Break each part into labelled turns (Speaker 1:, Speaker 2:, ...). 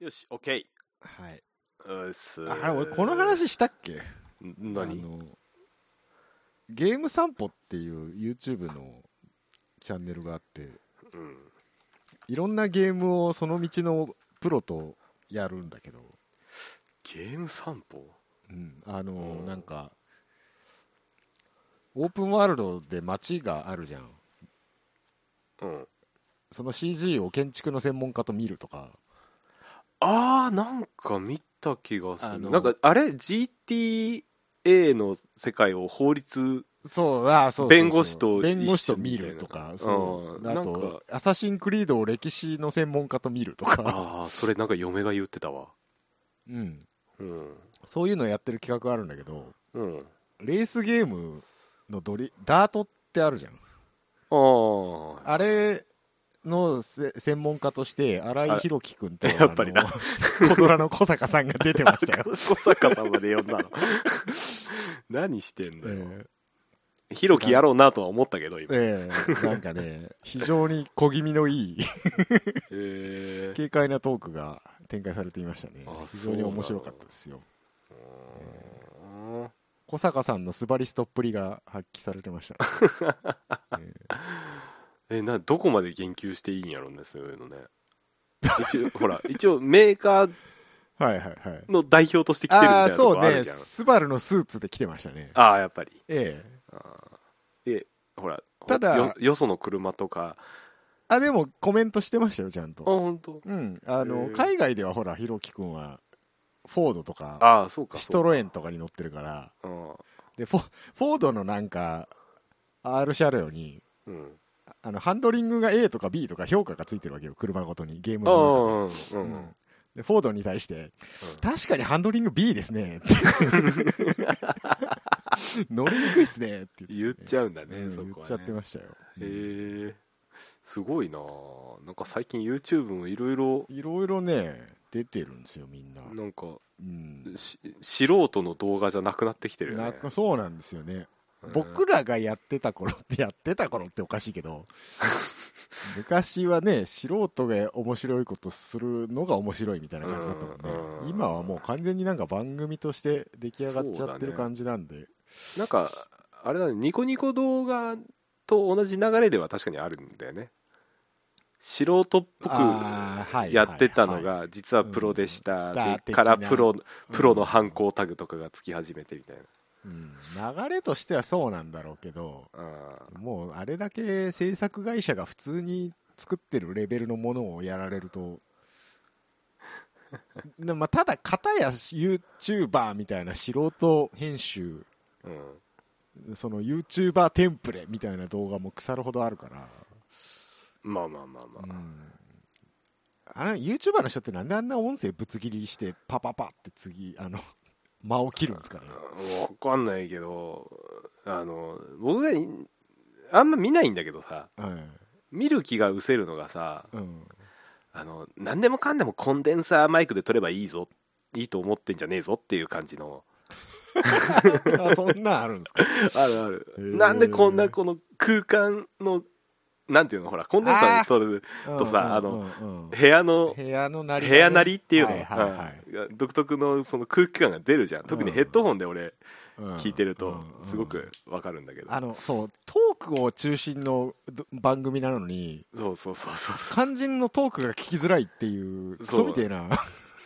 Speaker 1: よし、OK。
Speaker 2: はい。
Speaker 1: うっす
Speaker 2: あれ、俺、この話したっけ
Speaker 1: ん
Speaker 2: あ
Speaker 1: 何
Speaker 2: のゲーム散歩っていう YouTube のチャンネルがあって、
Speaker 1: うん。
Speaker 2: いろんなゲームをその道のプロとやるんだけど、
Speaker 1: ゲーム散歩
Speaker 2: うん、あの
Speaker 1: うん
Speaker 2: なんか、オープンワールドで街があるじゃん。
Speaker 1: うん。
Speaker 2: その CG を建築の専門家と見るとか、
Speaker 1: あー、なんか見た気がす
Speaker 2: あ
Speaker 1: る。
Speaker 2: の
Speaker 1: なんか、あれ ?GTA の世界を法律、
Speaker 2: そう、ああそうそうそう
Speaker 1: 弁護士と一緒
Speaker 2: 弁護士と見るとか、
Speaker 1: みたいな
Speaker 2: そうう。
Speaker 1: ん
Speaker 2: あ
Speaker 1: なん
Speaker 2: と
Speaker 1: か、
Speaker 2: アサシンクリードを歴史の専門家と見ると か、
Speaker 1: あー、それなんか嫁が言ってたわ。
Speaker 2: うん。
Speaker 1: うん。
Speaker 2: そういうのをやってる企画があるんだけど、
Speaker 1: うん。
Speaker 2: レースゲームのドリ、ダートってあるじゃん。
Speaker 1: あー。
Speaker 2: あれのせ専門家として、荒井宏樹君と、
Speaker 1: やっぱりな
Speaker 2: あの、コドラの小坂さんが出てましたよ。
Speaker 1: 小坂さんまで呼んだの 何してんだよ、
Speaker 2: え
Speaker 1: ひろきやろうなとは思ったけど
Speaker 2: え
Speaker 1: 今え
Speaker 2: ええなんかね、非常に小気味のいい、
Speaker 1: ー
Speaker 2: 軽快なトークが展開されていましたね
Speaker 1: あ。
Speaker 2: 非常に面白かったですよ。
Speaker 1: うーん
Speaker 2: 小坂さんのスバリストっぷりが発揮されてまし たね、ええ
Speaker 1: えなどこまで言及していいんやろうねそういうのね一応ほ ら一応メーカー
Speaker 2: はいはいはい。
Speaker 1: の代表として来てるみ
Speaker 2: あ
Speaker 1: たい
Speaker 2: あー、
Speaker 1: なと
Speaker 2: そう
Speaker 1: こある
Speaker 2: ね。
Speaker 1: じゃん
Speaker 2: スバルのスーツで来てましたね。
Speaker 1: ああやっぱり
Speaker 2: ええ。
Speaker 1: あーでほら
Speaker 2: ただ
Speaker 1: よよその車とか
Speaker 2: あ、でもコメントしてましたよ、ちゃん
Speaker 1: あ
Speaker 2: と。
Speaker 1: 本当
Speaker 2: うん。あ
Speaker 1: へ
Speaker 2: の、
Speaker 1: え
Speaker 2: 海外ではほら、ひろきくんは、フォードとか、
Speaker 1: ああそうか
Speaker 2: シトロエ
Speaker 1: ン
Speaker 2: ンとかに乗ってるから、
Speaker 1: うん
Speaker 2: で、フォフォードのなんか、R 車両に、
Speaker 1: うん
Speaker 2: あの、ハンドリングが A とか B とか評価がついてるわけよ、車ごとに、ゲーム
Speaker 1: ああうん
Speaker 2: の
Speaker 1: う
Speaker 2: 中で。
Speaker 1: ん
Speaker 2: うんで、フォードに対して、確かにハンドリング B ですね、って。 乗りにくいっすね、って
Speaker 1: 言っ
Speaker 2: ってたね
Speaker 1: ちゃうんだね、
Speaker 2: うん
Speaker 1: そこは、ね、
Speaker 2: 言っちゃってましたよ。うん
Speaker 1: へえすごいなあなんか最近 YouTube もいろいろ
Speaker 2: いろいろね、出てるんですよ、みんな。
Speaker 1: なんか
Speaker 2: うん。
Speaker 1: し素人の動画じゃなくなってきてるよね
Speaker 2: なんかそうなんですよね、
Speaker 1: うん
Speaker 2: 僕らがやってた頃ってやってた頃っておかしい けど昔はね素人が面白いことするのが面白いみたいな感じだったもんね、
Speaker 1: うんうん
Speaker 2: 今はもう完全になんか番組として出来上がっちゃって
Speaker 1: そうだ
Speaker 2: る
Speaker 1: ね
Speaker 2: 感じなんで、
Speaker 1: なんかあれだねニコニコ動画と同じ流れでは確かにあるんだよね素人っぽ
Speaker 2: あーはい
Speaker 1: くやってたの
Speaker 2: は
Speaker 1: が実はプロでし
Speaker 2: うん
Speaker 1: た
Speaker 2: した
Speaker 1: で
Speaker 2: 的
Speaker 1: から
Speaker 2: な
Speaker 1: プロプロの犯、行タグとかがつき始めてみたいな
Speaker 2: うん流れとしてはそうなんだろうけど
Speaker 1: あー
Speaker 2: もうあれだけ制作会社が普通に作ってるレベルのものをやられると、 でまあ、ただ、片や YouTuber みたいな素人編集、
Speaker 1: うん
Speaker 2: その YouTuber テンプレみたいな動画も腐るほどあるから、
Speaker 1: まあまあまあまあ、
Speaker 2: うんあの YouTuber の人ってなんであんな音声ぶつ切りして、パパパって次、あの、間を切る んですかね。
Speaker 1: わかんないけど、あの、僕がいあんま見ないんだけどさ、
Speaker 2: うん
Speaker 1: 見る気が失せるのがさ、
Speaker 2: うん、
Speaker 1: あの、何でもかんでもコンデンサーマイクで撮ればいいぞ、いいと思ってんじゃねえぞっていう感じの、
Speaker 2: あそん なんあるんですか
Speaker 1: あるある。
Speaker 2: へー
Speaker 1: なんでこんなこの空間の、なんていうの、ほら、コンデンサーで撮る とさあの
Speaker 2: うんうんうん
Speaker 1: 部屋の、
Speaker 2: 部屋のなりが
Speaker 1: 部
Speaker 2: ね
Speaker 1: 屋なりっていうの、
Speaker 2: はいはいはい
Speaker 1: うん独特のその空気感が出るじゃん。特にヘッドホンで俺
Speaker 2: うん
Speaker 1: 聞いてる
Speaker 2: う
Speaker 1: と
Speaker 2: んうん、
Speaker 1: すごくわかるんだけど。
Speaker 2: あのそうトークを中心のど番組なのに
Speaker 1: そうそうそうそうそう。
Speaker 2: 肝心のトークが聞きづらいっていうク
Speaker 1: そう
Speaker 2: ソみてえな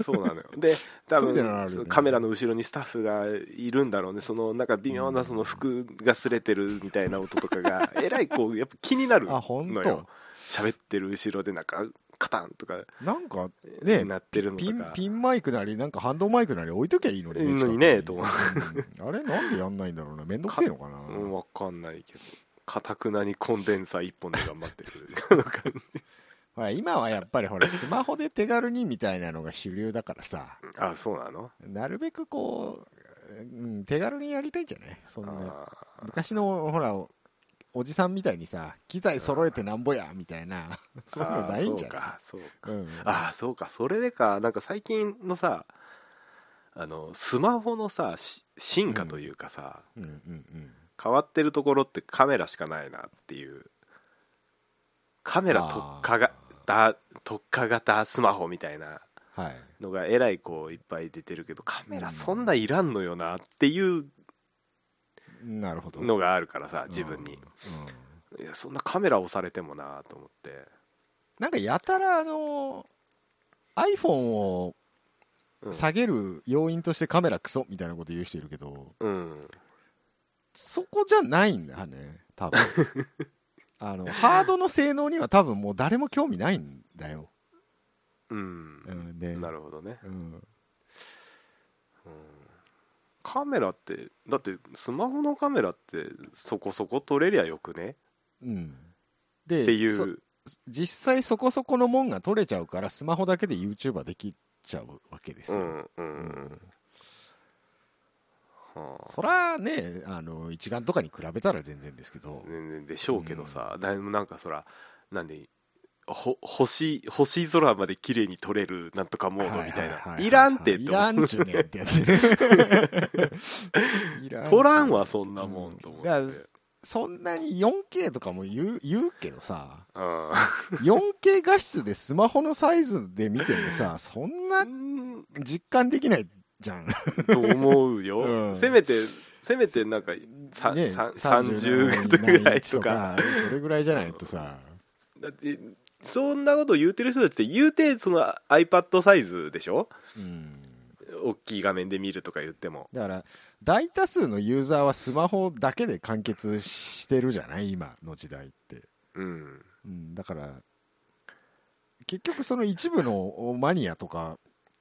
Speaker 1: そうなのよ。で、多
Speaker 2: そういうのあ
Speaker 1: 分、
Speaker 2: るよね
Speaker 1: そのカメラの後ろにスタッフがいるんだろうね。その、なんか微妙なその服が擦れてるみたいな音とかが、えらいこう、やっぱ気になる
Speaker 2: あ本
Speaker 1: の
Speaker 2: 当
Speaker 1: よ。喋ってる後ろでなんか、カタンとか、
Speaker 2: なんかね
Speaker 1: なってるのと
Speaker 2: ピン
Speaker 1: か。
Speaker 2: ピンマイクなりなんかハンドマイクなり置いときゃいいのに
Speaker 1: いいのに
Speaker 2: 近
Speaker 1: ね
Speaker 2: く
Speaker 1: と思
Speaker 2: うんあれなんでやんないんだろうなめんどくせえのかな
Speaker 1: うん、わかんないけど。かたくなにコンデンサー一本で頑張ってる。あの感じ
Speaker 2: ほら今はやっぱりほらスマホで手軽にみたいなのが主流だからさ
Speaker 1: あ、そうなの
Speaker 2: なるべくこう、うん、手軽にやりたいんじゃないそんな
Speaker 1: あー
Speaker 2: 昔のほらおおじさんみたいにさ機材揃えてなんぼやみたいな そういうのないんじゃない
Speaker 1: あーそうか、そうか。
Speaker 2: うん、
Speaker 1: ああそうかそれでかなんか最近のさあのスマホのさし進化というかさ、
Speaker 2: うんうんうん
Speaker 1: 変わってるところってカメラしかないなっていうカメラ特化がだ特化型スマホみたいな
Speaker 2: はい
Speaker 1: のがえらいこういっぱい出てるけどカメラそんないらんのよなっていう
Speaker 2: なるほど
Speaker 1: のがあるからさ自分に
Speaker 2: うんうん
Speaker 1: いやそんなカメラ押されてもなと思って
Speaker 2: なんかやたらあの iPhone を
Speaker 1: うん
Speaker 2: 下げる要因としてカメラクソみたいなこと言う人いるけど、
Speaker 1: うん
Speaker 2: そこじゃないんだね 多分あのハードの性能には多分もう誰も興味ないんだよ、
Speaker 1: うん
Speaker 2: うん、で
Speaker 1: なるほどね
Speaker 2: うん
Speaker 1: うんカメラってだってスマホのカメラってそこそこ撮れりゃよくね
Speaker 2: うんで
Speaker 1: ってい
Speaker 2: そう実際そこそこのもんが取れちゃうからスマホだけで YouTuber できちゃうわけです
Speaker 1: う
Speaker 2: よ、
Speaker 1: んう
Speaker 2: うんん
Speaker 1: はあ
Speaker 2: そらねあの一眼とかに比べたら全然ですけど、
Speaker 1: ねねでしょうけどさ、だいぶなんかそらなんでほ星星空まで綺麗に撮れるなんとかモードみたいな、
Speaker 2: はいはははい
Speaker 1: らんて
Speaker 2: い
Speaker 1: と
Speaker 2: ら
Speaker 1: 思
Speaker 2: ん
Speaker 1: う
Speaker 2: ちゅうねんってや つねいんちゅうねんって
Speaker 1: 撮らんわそんなもんと思って、
Speaker 2: う
Speaker 1: うん
Speaker 2: だからそんなに 4K とかも言う言うけどさ
Speaker 1: ん
Speaker 2: 4K 画質でスマホのサイズで見てもさそんな実感できないじゃん
Speaker 1: と思うよ、
Speaker 2: うん
Speaker 1: せめてせめてなんか、さ
Speaker 2: ね
Speaker 1: さ
Speaker 2: 37
Speaker 1: 30ぐらいと
Speaker 2: 何
Speaker 1: か
Speaker 2: インチそれぐらいじゃないとさ
Speaker 1: だってそんなこと言うてる人だって言うてその iPad サイズでしょ
Speaker 2: うん
Speaker 1: 大きい画面で見るとか言っても
Speaker 2: だから大多数のユーザーはスマホだけで完結してるじゃない今の時代って、
Speaker 1: うん
Speaker 2: うん、だから結局その一部のマニアとか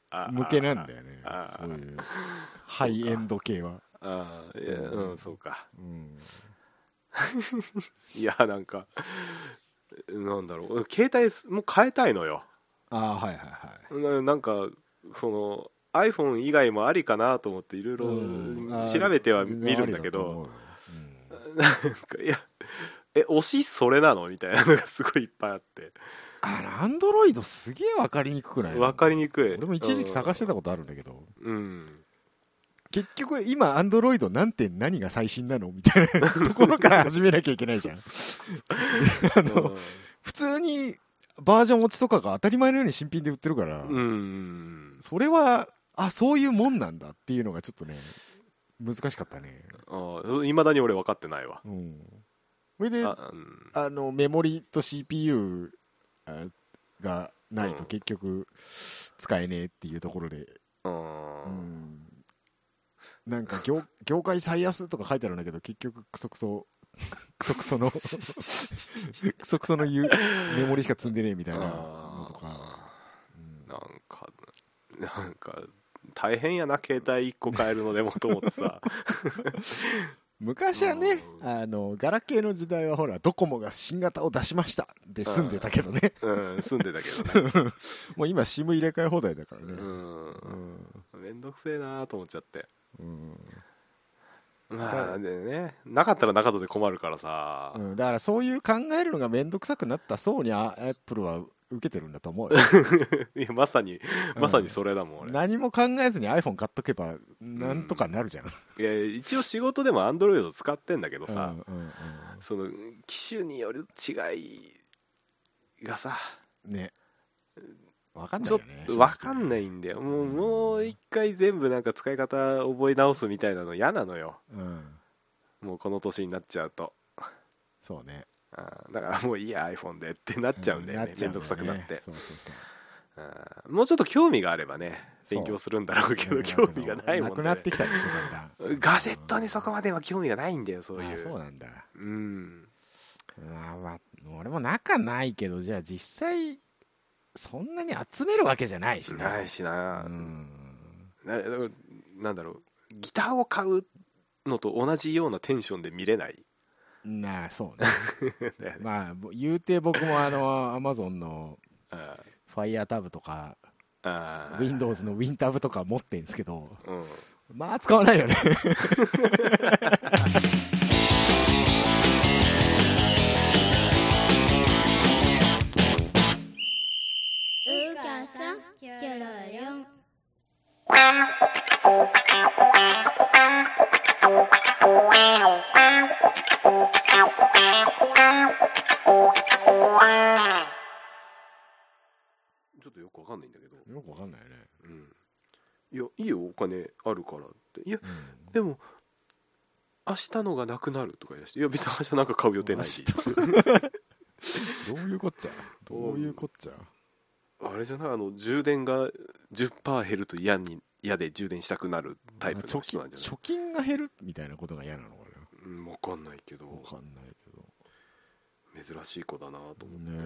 Speaker 1: あ
Speaker 2: 向けなんだよね
Speaker 1: ああ
Speaker 2: そういうハイエンド系は、
Speaker 1: ああいやうんそうか
Speaker 2: うん、
Speaker 1: いやなんかなんだろう携帯すもう変えたいのよ
Speaker 2: ああはいはいはい
Speaker 1: ななんかその iPhone 以外もありかなと思っていろいろ
Speaker 2: うん
Speaker 1: 調べては見るんだけど、
Speaker 2: あー全然ありだと思うよう ん
Speaker 1: なんかいやえ推しそれなのみたいなのがすごいいっぱいあって
Speaker 2: あれアンドロイドすげえ分かりにくくない
Speaker 1: 分かりにくい
Speaker 2: 俺も一時期探してたことあるんだけど
Speaker 1: うん
Speaker 2: 結局今アンドロイドなんて何が最新なのみたいなところから始めなきゃいけないじゃんあ
Speaker 1: う
Speaker 2: の普通にバージョン落ちとかが当たり前のように新品で売ってるから、
Speaker 1: んうん
Speaker 2: それはあそういうもんなんだっていうのがちょっとね難しかったね
Speaker 1: いまだに俺分かってないわ
Speaker 2: うんそれで
Speaker 1: あうん
Speaker 2: あのメモリと CPU あがないと結局使えねえっていうところで、
Speaker 1: うん
Speaker 2: うんなんか 業業界最安とか書いてあるんだけど結局クソクソクソクソ のクソクソの言うメモリしか積んでねえみたいなのとか、うん
Speaker 1: なんかなんか大変やな携帯1個変えるのでもと思って さ
Speaker 2: 昔はね
Speaker 1: うん
Speaker 2: あのガラケーの時代はほらドコモが新型を出しましたで済んでたけどね
Speaker 1: うん住んでたけどね
Speaker 2: もう今 SIM 入れ替え放題だからね、
Speaker 1: う
Speaker 2: うん
Speaker 1: んめんどくせえなと思っちゃって
Speaker 2: うん
Speaker 1: まあでねなかったらなかったで困るからさ
Speaker 2: うん、だからそういう考えるのが面倒くさくなった層にあアップルは受けてるんだと思うよ
Speaker 1: いやまさにまさにそれだもん俺
Speaker 2: 何も考えずに iPhone 買っとけばなんとかなるじゃん、
Speaker 1: いや一応仕事でもアンドロイド使ってんだけど
Speaker 2: うん
Speaker 1: さ
Speaker 2: うん
Speaker 1: その機種による違いがさ
Speaker 2: うんねわかんな
Speaker 1: ち
Speaker 2: い
Speaker 1: ょ
Speaker 2: よ
Speaker 1: っ
Speaker 2: ね、
Speaker 1: と分かんないいんだよもうもう一回全部なんか使い方覚え直すみたいなの嫌なのよ
Speaker 2: うん、
Speaker 1: もうこの年になっちゃうと
Speaker 2: そうね
Speaker 1: あーだからもういいや iPhone でってなっちゃうんだよね
Speaker 2: なっち
Speaker 1: め
Speaker 2: ゃ
Speaker 1: ん
Speaker 2: う
Speaker 1: ど
Speaker 2: よ
Speaker 1: くさくなって
Speaker 2: そうそうそう
Speaker 1: あーもうちょっと興味があればね
Speaker 2: そう
Speaker 1: 勉強するんだろうけ
Speaker 2: う
Speaker 1: ど
Speaker 2: ん
Speaker 1: 興味がないもん
Speaker 2: な
Speaker 1: ね
Speaker 2: くなってきたでしょだんだん
Speaker 1: ガジェットにそこまでは興味がないんだよそうい
Speaker 2: あ
Speaker 1: う
Speaker 2: そうなんだ
Speaker 1: うん
Speaker 2: あまあ俺も仲ないけどじゃあ実際そんなに集めるわけじゃないしね
Speaker 1: ないしな,、
Speaker 2: うん
Speaker 1: なだからなんだろうギターを買うのと同じようなテンションで見れない
Speaker 2: なあそうね
Speaker 1: だ よね
Speaker 2: まあぼ言うて僕もあのアマゾンの
Speaker 1: あー
Speaker 2: Fire タブとか
Speaker 1: あー
Speaker 2: Windows の Win タブとか持ってんですけど
Speaker 1: うん
Speaker 2: まあ使わないよね
Speaker 3: u casa quiero
Speaker 1: っちょっとよくわかんないんだけど、
Speaker 2: よくわかんないよね。
Speaker 1: うん、いやいいよお金あるからっていや
Speaker 2: うん
Speaker 1: でも明日のがなくなるとか言い出していや別に明日なんか買う予定ないし
Speaker 2: どういうこっちゃどういうこっちゃ
Speaker 1: あれじゃないあの充電が10%減ると嫌に嫌で充電したくなるタイプの
Speaker 2: 貯
Speaker 1: 人
Speaker 2: 金
Speaker 1: なんじゃない
Speaker 2: 貯金が減るみたいなことが嫌なのか
Speaker 1: うん、分かんないけど
Speaker 2: なわかんないけど。
Speaker 1: 珍しい子だなと思って、
Speaker 2: ね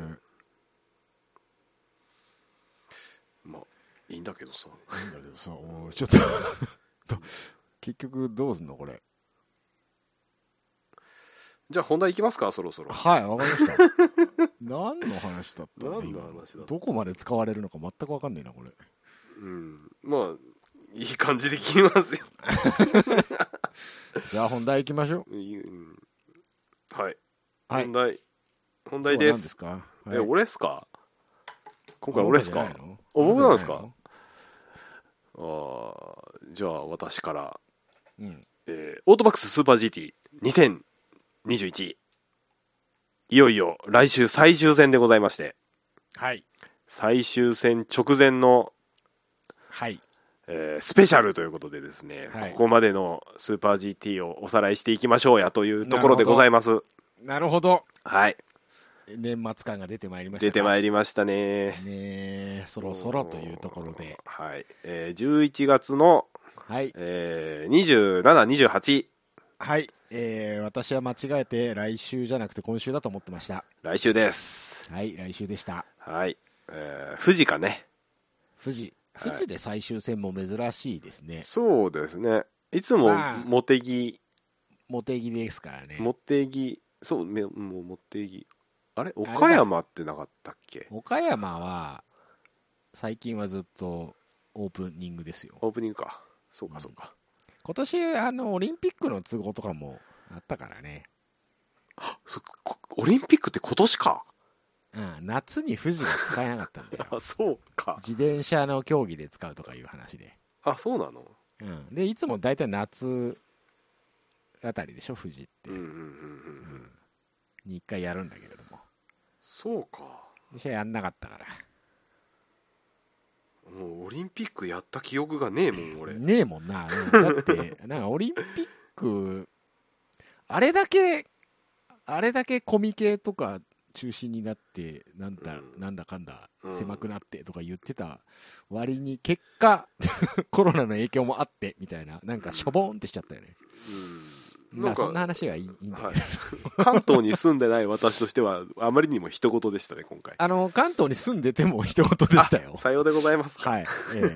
Speaker 1: まあいいんだけどさ
Speaker 2: いいんだけどさ、おいちょっと ど、結局どうすんのこれ。
Speaker 1: じゃあ本題いきますかそろそろ
Speaker 2: はい、わかりました。 何の話だった
Speaker 1: 何の話だ
Speaker 2: どこまで使われるのか全くわかんないな、これ。
Speaker 1: うんまあいい感じで切りますよ、
Speaker 2: じゃあ本題行きましょ
Speaker 1: いいうんはい、
Speaker 2: う。はい
Speaker 1: 本。題本
Speaker 2: 今
Speaker 1: 題
Speaker 2: 日は
Speaker 1: で
Speaker 2: 何
Speaker 1: す
Speaker 2: ですか、はい
Speaker 1: え俺っすか今回俺っすか
Speaker 2: あ
Speaker 1: あ
Speaker 2: なたじゃいの
Speaker 1: 僕なんですか
Speaker 2: あたじ
Speaker 1: あーじゃあ私から、
Speaker 2: ゃないのうん。
Speaker 1: えーオートバックススーパー GT2021 いよいよ来週最終戦でございまして
Speaker 2: はい。
Speaker 1: 最終戦直前の、
Speaker 2: はい。
Speaker 1: えースペシャルということでですね、
Speaker 2: はい
Speaker 1: ここまでのスーパー GT をおさらいしていきましょうやというところでございます
Speaker 2: なるほど。
Speaker 1: はい
Speaker 2: 年末感が出てまいりました
Speaker 1: 出てま
Speaker 2: い
Speaker 1: いりましたね
Speaker 2: ねえそろそろというところで
Speaker 1: はい、えー11月の、
Speaker 2: はい
Speaker 1: えー、2728
Speaker 2: はい、えー、私は間違えて来週じゃなくて今週だと思ってました
Speaker 1: 来週です
Speaker 2: はい来週でした
Speaker 1: はい、えー、富士かね
Speaker 2: 富士
Speaker 1: はい
Speaker 2: 富士で最終戦も珍しいですね、
Speaker 1: そうですねいつも
Speaker 2: まあ
Speaker 1: 茂木
Speaker 2: 茂木ですからね
Speaker 1: 茂木そうめもう茂木あれ岡山ってなかったっけ
Speaker 2: 岡山は最近はずっとオープニングですよ
Speaker 1: オープニングかそうかそうか、
Speaker 2: 今年あのオリンピックの都合とかもあったからね、
Speaker 1: そこオリンピックって今年か
Speaker 2: うん、夏に富士が使えなかったんだよ
Speaker 1: そうか
Speaker 2: 自転車の競技で使うとかいう話で
Speaker 1: あそうなの
Speaker 2: うん、でいつも大体夏あたりでしょ富士って、
Speaker 1: うんうんうんうん
Speaker 2: う
Speaker 1: うん
Speaker 2: んに一回やるんだけれども
Speaker 1: そうか
Speaker 2: 私はやんなかったから
Speaker 1: もうオリンピックやった記憶がねえもん俺
Speaker 2: ねえもんな、うんだって なんかオリンピックあれだけあれだけコミケとか中心になってなん
Speaker 1: う
Speaker 2: だ,、
Speaker 1: ん
Speaker 2: なんだかんだ
Speaker 1: うん
Speaker 2: 狭くなってとか言ってた割に結果 コロナの影響もあってみたいななんかしょぼーんってしちゃったよね、
Speaker 1: うん
Speaker 2: まあそんな話はいいいいんだけど、
Speaker 1: はい、 関東に住んでない私としてはあまりにも一言でしたね今回
Speaker 2: あの関東に住んでても一言でしたよ
Speaker 1: さようでございます
Speaker 2: はい、え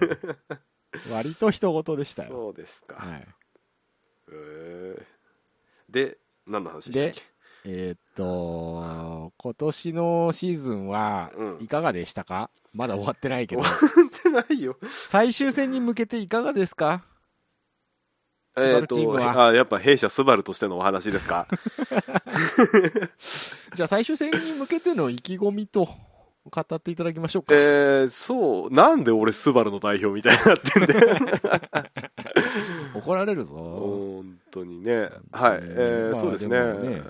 Speaker 2: え割と一言でしたよ。
Speaker 1: そうですか、
Speaker 2: はい、
Speaker 1: へえで何の話で
Speaker 2: で
Speaker 1: したっ
Speaker 2: えーっと、今年のシーズンは
Speaker 1: うん
Speaker 2: いかがでしたか、まだ終わってないけど、
Speaker 1: け言ってないよ
Speaker 2: 最終戦に向けていかがですかスバルチームは
Speaker 1: えーとあやっぱ弊社スバルとしてのお話です か
Speaker 2: じゃあ最終戦に向けての意気込みと語っていただきましょうか。
Speaker 1: えー、そうなんで俺スバルの代表みたいになってんだよ
Speaker 2: 怒られるぞ。
Speaker 1: 本当にねはい、えー
Speaker 2: まあ
Speaker 1: そうですね
Speaker 2: でもね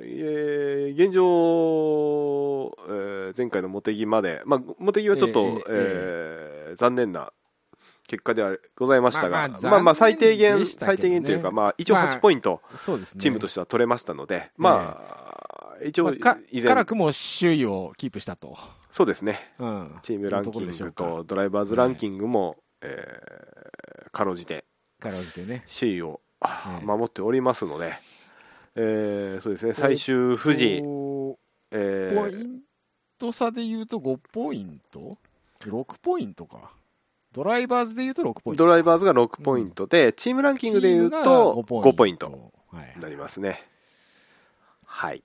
Speaker 1: えー現状、えー前回の茂木まで、まあ、茂木はちょっと、
Speaker 2: え
Speaker 1: え
Speaker 2: ーえー
Speaker 1: ー残念な結果ではございました
Speaker 2: ま
Speaker 1: が、ま
Speaker 2: あまあ
Speaker 1: あまあ
Speaker 2: 残
Speaker 1: 最低
Speaker 2: 念
Speaker 1: 限、
Speaker 2: でしたけどね
Speaker 1: 最低限というか、まあ、一応
Speaker 2: まあ
Speaker 1: 8ポイント、
Speaker 2: そうですね。
Speaker 1: チームと
Speaker 2: し
Speaker 1: しては取れましたので、まあ、一応
Speaker 2: まあ、か
Speaker 1: 以前、
Speaker 2: 辛くも首位をキープしたと。
Speaker 1: そうですね、
Speaker 2: うん、
Speaker 1: チームランキン
Speaker 2: い
Speaker 1: グ
Speaker 2: うところでしょう
Speaker 1: とドライバーズランキングも、えーかろうじて
Speaker 2: か辛うじてね。
Speaker 1: 首位を
Speaker 2: はい
Speaker 1: 守っておりますので、えーそうですね、最終、富士、
Speaker 2: おー
Speaker 1: えー
Speaker 2: ポイント差で言うと5ポイント ?6 ポイントか。ドライバーズで言うと6ポイント。
Speaker 1: ドライバーズが6ポイントで、チームランキングで言う
Speaker 2: チー
Speaker 1: と
Speaker 2: ムが
Speaker 1: 5ポイント。
Speaker 2: はい
Speaker 1: になりますね。はい。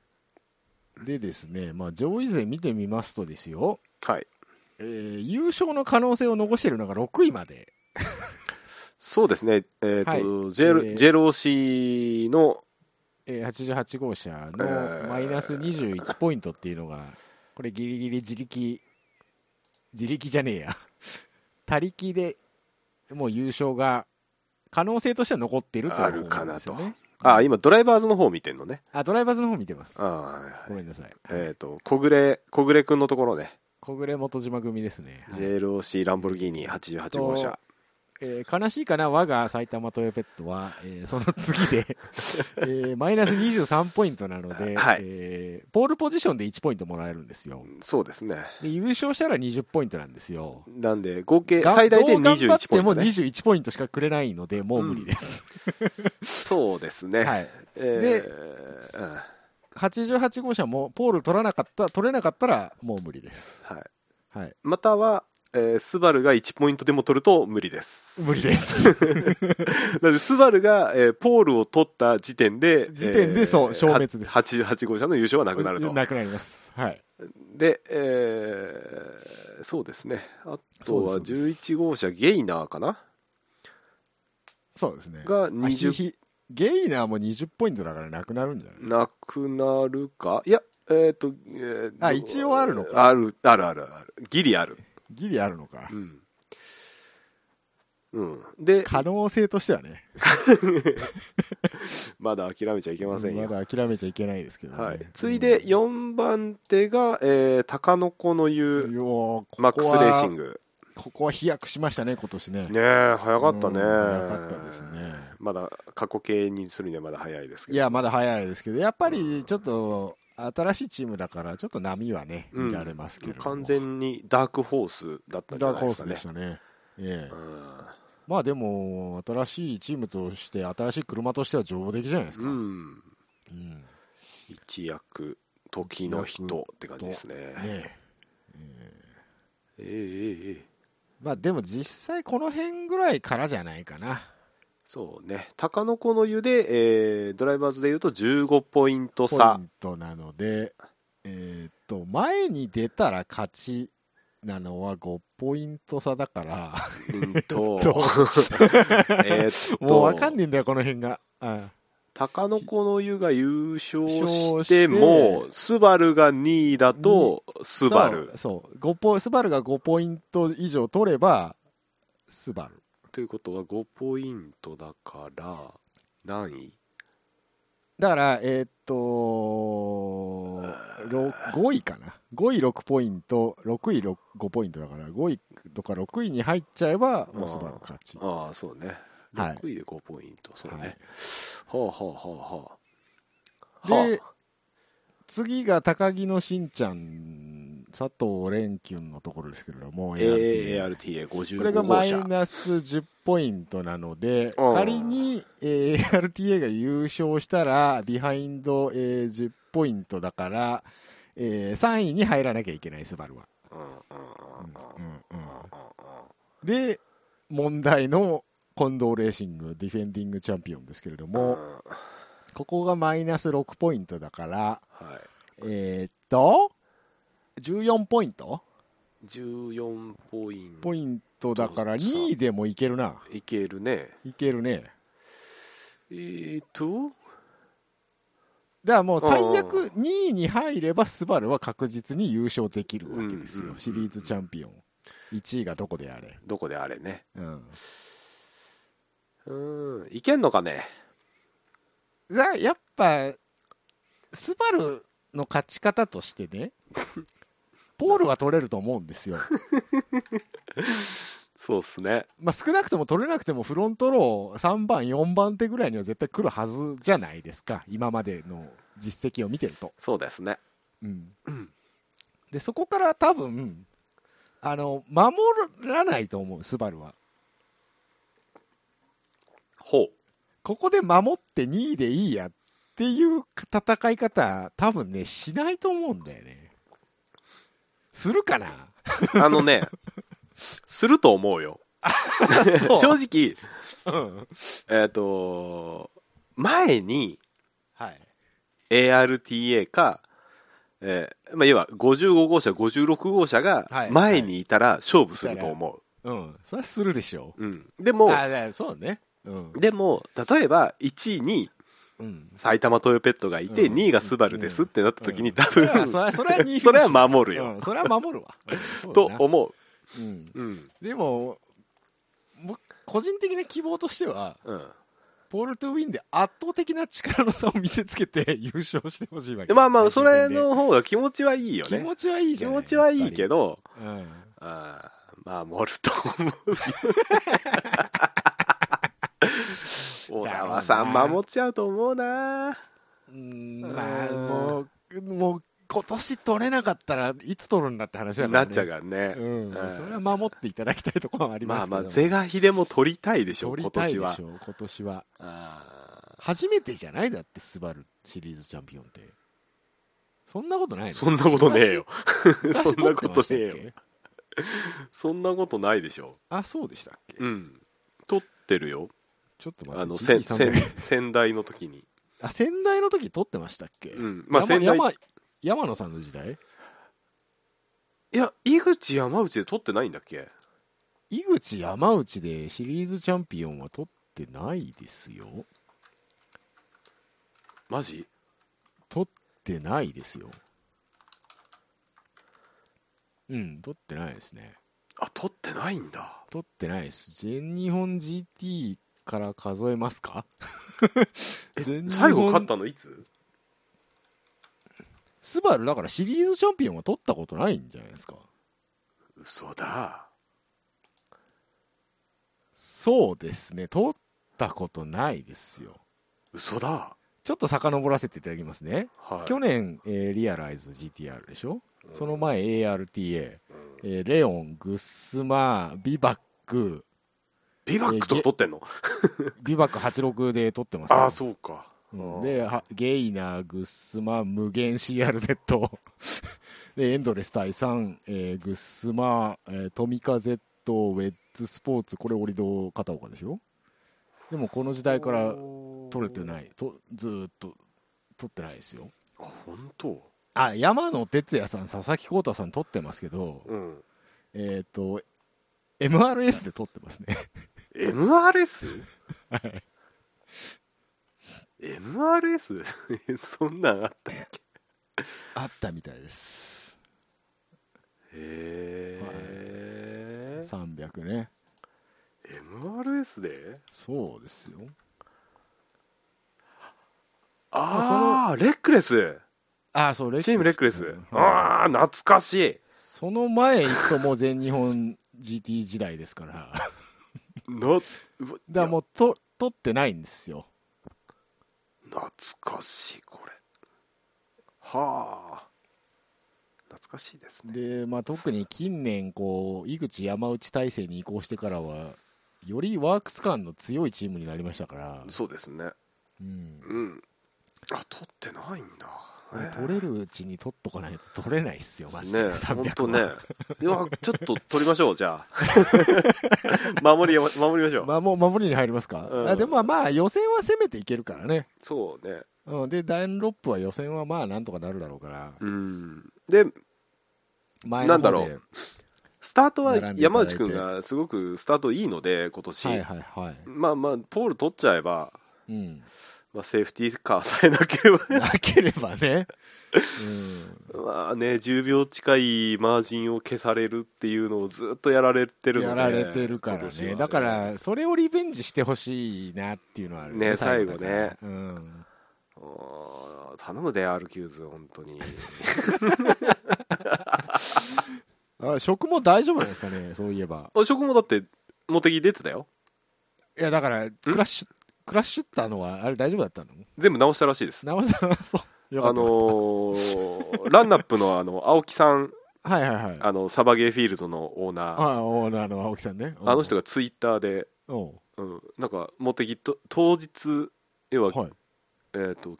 Speaker 2: でですね、まあ、上位勢見てみますとですよ、
Speaker 1: はい。
Speaker 2: えー優勝の可能性を残しているのが6位まで。
Speaker 1: そうですね、えっと
Speaker 2: はい
Speaker 1: JL- JLOC の、
Speaker 2: えー88号車
Speaker 1: え
Speaker 2: の
Speaker 1: ー
Speaker 2: マイナス21ポイントっていうのが、これギリギリ自力、自力じゃねえや。 他力でもう優勝が可能性としては残っているということなんですよね。
Speaker 1: あるあ、今、ドライバーズの方見てんのね。
Speaker 2: あ、ドライバーズの方見てます
Speaker 1: あ。ーはい
Speaker 2: ご
Speaker 1: はい
Speaker 2: めんなさい。
Speaker 1: えっと、小暮、小暮くんのところね。
Speaker 2: 小暮元島組ですね、はい
Speaker 1: JLOC ランボルギーニ88号車
Speaker 2: えー悲しいかな我が埼玉トヨペットは、えー その次で、えーマイナス23ポイントなので、
Speaker 1: はい
Speaker 2: えーポールポジションで1ポイントもらえるんですよ
Speaker 1: そうですね
Speaker 2: で優勝したら20ポイントなんですよ
Speaker 1: なんで合計
Speaker 2: が
Speaker 1: 最大で
Speaker 2: どう頑張っ
Speaker 1: 21ポイ
Speaker 2: て
Speaker 1: ン
Speaker 2: も
Speaker 1: ト、ね、
Speaker 2: 21ポイントしかくれないのでもう無理です、
Speaker 1: そうですね、
Speaker 2: はい
Speaker 1: えー
Speaker 2: で
Speaker 1: うんは
Speaker 2: 88号車もポール取らなかった取れなかったらもう無理です
Speaker 1: い、
Speaker 2: はい
Speaker 1: または、えースバルが1ポイントでも取ると無理です
Speaker 2: 無理です
Speaker 1: なのでスバルが、えーポールを取った時点で
Speaker 2: 時点でそう消滅です
Speaker 1: は88号車の優勝は なくなると
Speaker 2: なくなりますはい
Speaker 1: で、えーそうですねあとは
Speaker 2: そうですそうです
Speaker 1: 11号車ゲイナーかな
Speaker 2: そうですね
Speaker 1: が
Speaker 2: あひ
Speaker 1: 20
Speaker 2: ひゲイナーも20ポイントだからなくなるんじゃない
Speaker 1: なくなるかいやえっ、と、えー
Speaker 2: あ一応あるのか
Speaker 1: あるあるあるあるギリある
Speaker 2: ギリあるのか
Speaker 1: うん、うん、で
Speaker 2: 可能性としてはね
Speaker 1: まだ諦めちゃいけませんよ、
Speaker 2: だ諦めちゃいけないですけどね、
Speaker 1: はい、ついで4番手が、えー、高野子の
Speaker 2: う
Speaker 1: 言
Speaker 2: ん
Speaker 1: う
Speaker 2: うおーここ
Speaker 1: マ
Speaker 2: は
Speaker 1: ックスレーシング
Speaker 2: ここは飛躍しましたね今年ね
Speaker 1: ねえ早かったね
Speaker 2: うん早かったですね
Speaker 1: まだ過去形にするにはまだ早いですけ
Speaker 2: い
Speaker 1: ど
Speaker 2: やまだ早いですけどやっぱりちょっと新しいチームだからちょっと波はね
Speaker 1: うん
Speaker 2: 見られますけども、
Speaker 1: 完全にダークホースだったんじゃ
Speaker 2: ダ
Speaker 1: な
Speaker 2: ーク
Speaker 1: い
Speaker 2: ホ
Speaker 1: で
Speaker 2: ー
Speaker 1: す
Speaker 2: ス
Speaker 1: かね
Speaker 2: でしたねええ
Speaker 1: うん
Speaker 2: まあでも新しいチームとして新しい車としては上出来じゃないですか、
Speaker 1: うん
Speaker 2: うんね
Speaker 1: 一躍時の人って感じですね
Speaker 2: えええ
Speaker 1: ええええええ
Speaker 2: まあでも実際この辺ぐらいからじゃないかな
Speaker 1: そうね高野子の湯で、えードライバーズでいうと15ポイント
Speaker 2: ポイ
Speaker 1: 差
Speaker 2: ントなので、えーっと、前に出たら勝ちなのは5ポイント差だから、
Speaker 1: うんと
Speaker 2: どう
Speaker 1: えーっと
Speaker 2: もうわかんねえんだよ、この辺が。あ
Speaker 1: 高野子の湯が優勝
Speaker 2: 優勝
Speaker 1: し
Speaker 2: してて
Speaker 1: も、スバルが2位だと、スバル。
Speaker 2: そう5ポ、スバルが5ポイント以上取れば、スバル。
Speaker 1: ということは5ポイントだから、何位
Speaker 2: だから、えーっと、5位かな。5位6ポイント、6位6 5ポイントだから、5位とか6位に入っちゃえば、もうスバル勝ち。
Speaker 1: ああ、そうね。
Speaker 2: はい
Speaker 1: 6位で5ポイント、そうね。
Speaker 2: は
Speaker 1: はいあ、はあはあはあ、
Speaker 2: で、次が高木のしんちゃん、佐藤蓮きゅんのところですけれども、ARTA
Speaker 1: ARTA55 号車。
Speaker 2: これがマイナス10ポイントなので、
Speaker 1: うん
Speaker 2: 仮にえー ARTA が優勝したら、ビハインドえー10ポイントだから、え3位に入らなきゃいけない、スバルは。
Speaker 1: うんうんうんうん
Speaker 2: うんうん
Speaker 1: うん
Speaker 2: で、問題の近藤レーシング、ディフェンディングチャンピオンですけれど
Speaker 1: うんうん
Speaker 2: も、ここがマイナス6ポイントだから、
Speaker 1: はい。
Speaker 2: えーっと、14ポイント
Speaker 1: 14ポイント
Speaker 2: ポ。イントだから
Speaker 1: どうぞ
Speaker 2: 2位でもいけるな。
Speaker 1: いけるね。
Speaker 2: いけるね。
Speaker 1: えー、っと、
Speaker 2: だからもう最
Speaker 1: う
Speaker 2: 悪2位に入ればスバルは確実に優勝できるわけです
Speaker 1: うんうんう
Speaker 2: よ。
Speaker 1: ん
Speaker 2: シリーズチャンピオン。1位がどこであれ。
Speaker 1: どこであれね。
Speaker 2: うん。
Speaker 1: うん、いけんのかね
Speaker 2: だやっぱ、スバルの勝ち方として ね、ポールは取れると思うんです よ。
Speaker 1: そうっすね。
Speaker 2: まあ少なくとも取れなくてもフロントロー3番、4番手ぐらいには絶対来るはずじゃないですか。今までの実績を見てると。
Speaker 1: そうですね。
Speaker 2: うん、でそこから多分あの守らないと思うスバルは
Speaker 1: ほう。
Speaker 2: ここで守って2位でいいやっていう戦い方多分ねしないと思うんだよねするかな
Speaker 1: あの ね、すると思うよ。 正直、
Speaker 2: 正直、うん、
Speaker 1: えっ、と、前に
Speaker 2: はい、
Speaker 1: ARTA か、えーまあ、いわば55号車、56号車が
Speaker 2: はい
Speaker 1: 前にいたら勝負すると思
Speaker 2: うん、それはするでしょ
Speaker 1: う。うん、で
Speaker 2: う
Speaker 1: も、
Speaker 2: あだそうねうん、
Speaker 1: でも、例えば1位に
Speaker 2: うん、
Speaker 1: 埼玉トヨペットがいて、
Speaker 2: うん
Speaker 1: 2位がスバルですってなった時に、
Speaker 2: うん
Speaker 1: 多分、
Speaker 2: いやそれはそれは2位
Speaker 1: それは守るよ、
Speaker 2: うん、それは守るわ、うんそう
Speaker 1: と
Speaker 2: だな
Speaker 1: 思
Speaker 2: うん
Speaker 1: う。うん。
Speaker 2: でも僕個人的な希望としては
Speaker 1: うん。
Speaker 2: ポール・トゥ・ウィンで圧倒的な力の差を見せつけて優勝してほしいわけ
Speaker 1: まあまあそれ
Speaker 2: 最終戦で
Speaker 1: の方が気持ちはいいよ
Speaker 2: 気
Speaker 1: ね
Speaker 2: 持ちはいいじ
Speaker 1: 気
Speaker 2: ゃない
Speaker 1: 持ちはいいけ
Speaker 2: ど、
Speaker 1: ど
Speaker 2: うん
Speaker 1: あーまあモルト も小沢さん守っちゃうと思うな
Speaker 2: うん
Speaker 1: うん
Speaker 2: まあもうもう今年取れなかったらいつ取るんだって話だから、
Speaker 1: な
Speaker 2: ね、
Speaker 1: っちゃうからね、
Speaker 2: う
Speaker 1: う
Speaker 2: ん
Speaker 1: ん
Speaker 2: それは守っていただきたいところはありま
Speaker 1: まあ
Speaker 2: すけど
Speaker 1: まあ是が非でも取りたいでしょ
Speaker 2: 取
Speaker 1: 今
Speaker 2: りたい
Speaker 1: 年
Speaker 2: で
Speaker 1: は
Speaker 2: しょ今年は
Speaker 1: あー
Speaker 2: 初めてじゃないだってスバルシリーズチャンピオンってそんなことないの
Speaker 1: そんなことねえよ
Speaker 2: 昔
Speaker 1: そんなことねえ
Speaker 2: 取ってましたっ
Speaker 1: よ
Speaker 2: け
Speaker 1: そんなことないでしょ
Speaker 2: あそうでしたっけ、
Speaker 1: うん取ってるよ
Speaker 2: ちょっと待って
Speaker 1: あの先
Speaker 2: GT 三百
Speaker 1: 先先代の時に
Speaker 2: あ先代の時取ってましたっけ、
Speaker 1: うんまあ
Speaker 2: 山
Speaker 1: 先代
Speaker 2: 山山野さんの時代
Speaker 1: いや井口山内で取ってないんだっけ
Speaker 2: 井口山内でシリーズチャンピオンは取ってないですよ
Speaker 1: マジ
Speaker 2: 取ってないですようん取ってないですね
Speaker 1: あ取ってないんだ
Speaker 2: 取ってないです全日本 GT から数えますか 全日本
Speaker 1: 最後勝ったのいつ
Speaker 2: スバルだからシリーズチャンピオンは取ったことないんじゃないですか
Speaker 1: 嘘だ
Speaker 2: そうですね取ったことないですよ
Speaker 1: 嘘だ
Speaker 2: ちょっと遡らせていただきますね
Speaker 1: はい
Speaker 2: 去年、えーリアライズ GTR でしょ、
Speaker 1: うん
Speaker 2: その前 ARTA、
Speaker 1: うん
Speaker 2: えーレオン、グッスマー、ビバッ ク、
Speaker 1: ビバックとか取ってんの
Speaker 2: ビバック86で撮ってますよ
Speaker 1: ああそうか
Speaker 2: うんで、はゲイナー、グッスマー、無限 CRZ、で、エンドレス対3、えーグッスマー、えートミカ Z、ウェッツスポーツ、これ、オリド片岡でしょでも、この時代から取れてない、とずーっと取ってないですよ。
Speaker 1: あ本当
Speaker 2: あ、山野哲也さん、佐々木浩太さん撮ってますけど、
Speaker 1: うん
Speaker 2: えっ、と、MRS で撮ってますね。
Speaker 1: MRS?
Speaker 2: はい
Speaker 1: MRS? そんなんあったっけ
Speaker 2: あったみたいです。
Speaker 1: へえ、
Speaker 2: 300ね。
Speaker 1: MRS で
Speaker 2: そうですよ。
Speaker 1: ああレックレス
Speaker 2: あ、そう、レ
Speaker 1: チームレックレス、
Speaker 2: はい
Speaker 1: ああ懐かしい
Speaker 2: その前行くともう全日本 GT 時代ですから。だ か
Speaker 1: なうわ
Speaker 2: らもうと、取ってないんですよ。
Speaker 1: 懐かしいこれはあ懐かしいですね
Speaker 2: で、まあ特に近年、こう、井口山内体制に移行してからは、よりワークス感の強いチームになりましたから。
Speaker 1: そうですね
Speaker 2: う
Speaker 1: う
Speaker 2: ん
Speaker 1: んあ取ってないんだ
Speaker 2: これ取れるうちに取っとかないと取れないっすよ、マジ
Speaker 1: ね
Speaker 2: で。
Speaker 1: 本
Speaker 2: 300
Speaker 1: 当
Speaker 2: は
Speaker 1: ねいやちょっと取りましょうじゃ あ守り守りましょう、
Speaker 2: まあ、もう守りに入りますか、
Speaker 1: うん
Speaker 2: あでもまあまあ予選は攻めていけるからね、
Speaker 1: そうね
Speaker 2: うん、でダイアンロップは予選はまあなんとかなるだろうから、
Speaker 1: うんで
Speaker 2: 前
Speaker 1: な
Speaker 2: の
Speaker 1: んだ
Speaker 2: 方で
Speaker 1: ろうスタートは
Speaker 2: 並んでいた
Speaker 1: 山
Speaker 2: だい
Speaker 1: 内
Speaker 2: て
Speaker 1: 君がすごくスタートいいので今年、
Speaker 2: はいはいはい、
Speaker 1: まあまあポール取っちゃえば、
Speaker 2: うん、
Speaker 1: まあ、セーフティーカーさえなければ
Speaker 2: なければね、
Speaker 1: まあね、10秒近いマージンを消されるっていうのをずっとやられて
Speaker 2: う
Speaker 1: る
Speaker 2: ん、
Speaker 1: の
Speaker 2: や
Speaker 1: で
Speaker 2: られてるから
Speaker 1: 今
Speaker 2: ね
Speaker 1: 年は
Speaker 2: だからそれをリベンジしてほしいなっていうのはある
Speaker 1: ね最後
Speaker 2: だから
Speaker 1: ね
Speaker 2: うん、
Speaker 1: あー頼むで R キューズ本当に
Speaker 2: あ食も大丈夫なんですかねそういえば
Speaker 1: あ食もだって茂木出てたよ
Speaker 2: いやだからクラッシュクラッシュったのはあれ大丈夫 だったの
Speaker 1: 全部直したらしいです
Speaker 2: 直さんそう
Speaker 1: あ
Speaker 2: よか
Speaker 1: の
Speaker 2: った、
Speaker 1: ーランナップのあの青木さん
Speaker 2: はいはいはい
Speaker 1: あのサバゲーフィールドのオーナーあ
Speaker 2: ああ、オーナーの青木さんね。
Speaker 1: の人がツイッターで、
Speaker 2: おう。
Speaker 1: うん、なんか茂木と当日要は、
Speaker 2: はい。
Speaker 1: えー、と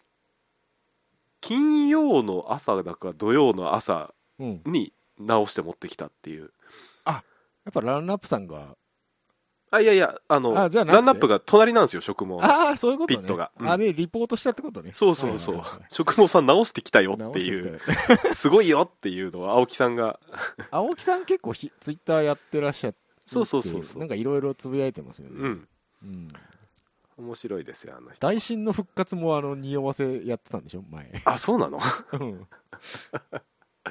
Speaker 1: 金曜の朝だか土曜の朝
Speaker 2: うん。や
Speaker 1: に直して持ってきたっていう
Speaker 2: っぱランナップさんが。
Speaker 1: あいやいやあの
Speaker 2: あじゃあなくて
Speaker 1: ランナップが隣なんですよ食毛
Speaker 2: ああ、そういうことね。
Speaker 1: ピットがうん
Speaker 2: あれ、リポートしたってことね。
Speaker 1: そうそうそう、
Speaker 2: はいはいはい
Speaker 1: 食毛さん直してきたよってい
Speaker 2: 直
Speaker 1: う
Speaker 2: してきたね
Speaker 1: すごいよっていうのは青木さん が
Speaker 2: 青木さん結構ひツイッターやってらっしゃって。
Speaker 1: そうそうそうそう
Speaker 2: なんかいろいろつぶやいてますよね。
Speaker 1: うん
Speaker 2: うん。
Speaker 1: 面白いですよあの人
Speaker 2: 大神の復活もあの、匂わせやってたんでしょ前。
Speaker 1: あそうなのは
Speaker 2: うん。
Speaker 1: あ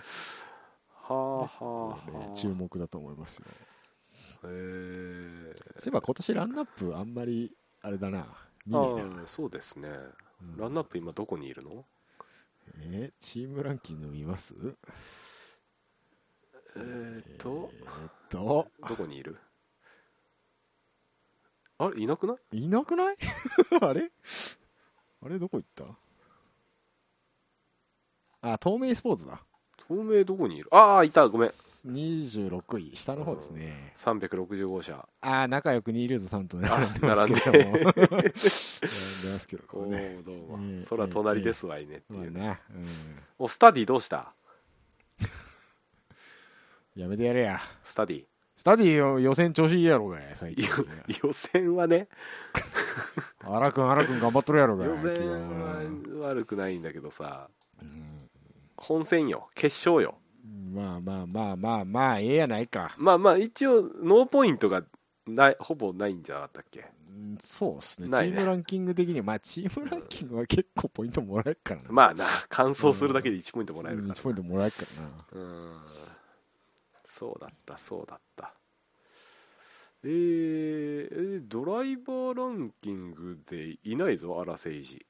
Speaker 1: はあは
Speaker 2: ね
Speaker 1: あ
Speaker 2: 注目だと思いますよ。
Speaker 1: へえ
Speaker 2: そういえば今年ランナップあんまり、あれだな。見
Speaker 1: あ
Speaker 2: ねえな
Speaker 1: ーそうですね
Speaker 2: うん
Speaker 1: ランナップ今どこにいるの
Speaker 2: えチームランキング見ます
Speaker 1: えーっと
Speaker 2: えーっと
Speaker 1: どこにいるあれいなくない
Speaker 2: いなくない あれあれどこ行ったあ透明スポーツだ
Speaker 1: 透明どこにいるああいたごめん
Speaker 2: 26位下の方ですね
Speaker 1: 365社
Speaker 2: ああ仲良くニールーズさんとね
Speaker 1: あ
Speaker 2: 並んでますけども 並んでますけ
Speaker 1: お
Speaker 2: ど
Speaker 1: お
Speaker 2: ね
Speaker 1: ーどう
Speaker 2: ね
Speaker 1: もそら隣ですわいねって
Speaker 2: まあ
Speaker 1: いうね
Speaker 2: ね、
Speaker 1: おスタディどうした
Speaker 2: うん、やめてやれや
Speaker 1: スタディ
Speaker 2: スタディよ予選調子いいやろが最近
Speaker 1: 予選はね
Speaker 2: 荒くん荒くん頑張っとるやろが
Speaker 1: 予選
Speaker 2: 昨日
Speaker 1: は悪くないんだけどさ
Speaker 2: うん
Speaker 1: 本戦よ決勝よ
Speaker 2: まあまあまあまあまあええやないか、
Speaker 1: まあまあ一応ノーポイントがないほぼないんじゃなかったっけ
Speaker 2: うんそうですね
Speaker 1: ないね
Speaker 2: チームランキング的にまあチームランキングは結構ポイントもらえるからな、
Speaker 1: まあな完走するだけで1ポイントもらえるから
Speaker 2: 1ポイントもらえるからな
Speaker 1: うーんそうだったそうだったえー、えードライバーランキングでいないぞ荒誠治、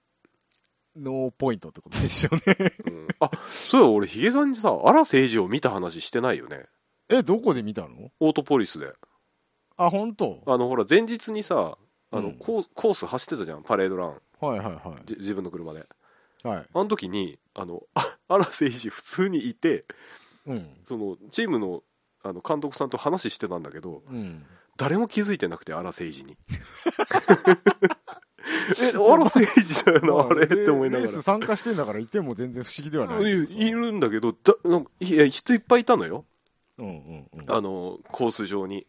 Speaker 2: ノーポイントってことでしょうね
Speaker 1: うん、あそうや俺ヒゲさんにさ荒誠治を見た話してないよね
Speaker 2: えどこで見たの
Speaker 1: オートポリスで
Speaker 2: あ本当
Speaker 1: あのほら前日にさあの、
Speaker 2: うん
Speaker 1: コースコース走ってたじゃんパレードラン
Speaker 2: はいはいは
Speaker 1: じ自分の車で
Speaker 2: いはい
Speaker 1: あの時にあのあ荒誠治普通にいて
Speaker 2: うん
Speaker 1: そのチームのあの監督さんと話してたんだけど
Speaker 2: うん
Speaker 1: 誰も気づいてなくて荒誠治に え荒誠治だよなあれって思いな
Speaker 2: レ
Speaker 1: が
Speaker 2: ース参加してんだからいても全然不思議ではな
Speaker 1: ら
Speaker 2: い
Speaker 1: い
Speaker 2: けどさ
Speaker 1: いるんだけどだなんかいや人いっぱいいたのよ
Speaker 2: うんうんうん
Speaker 1: あのコース上に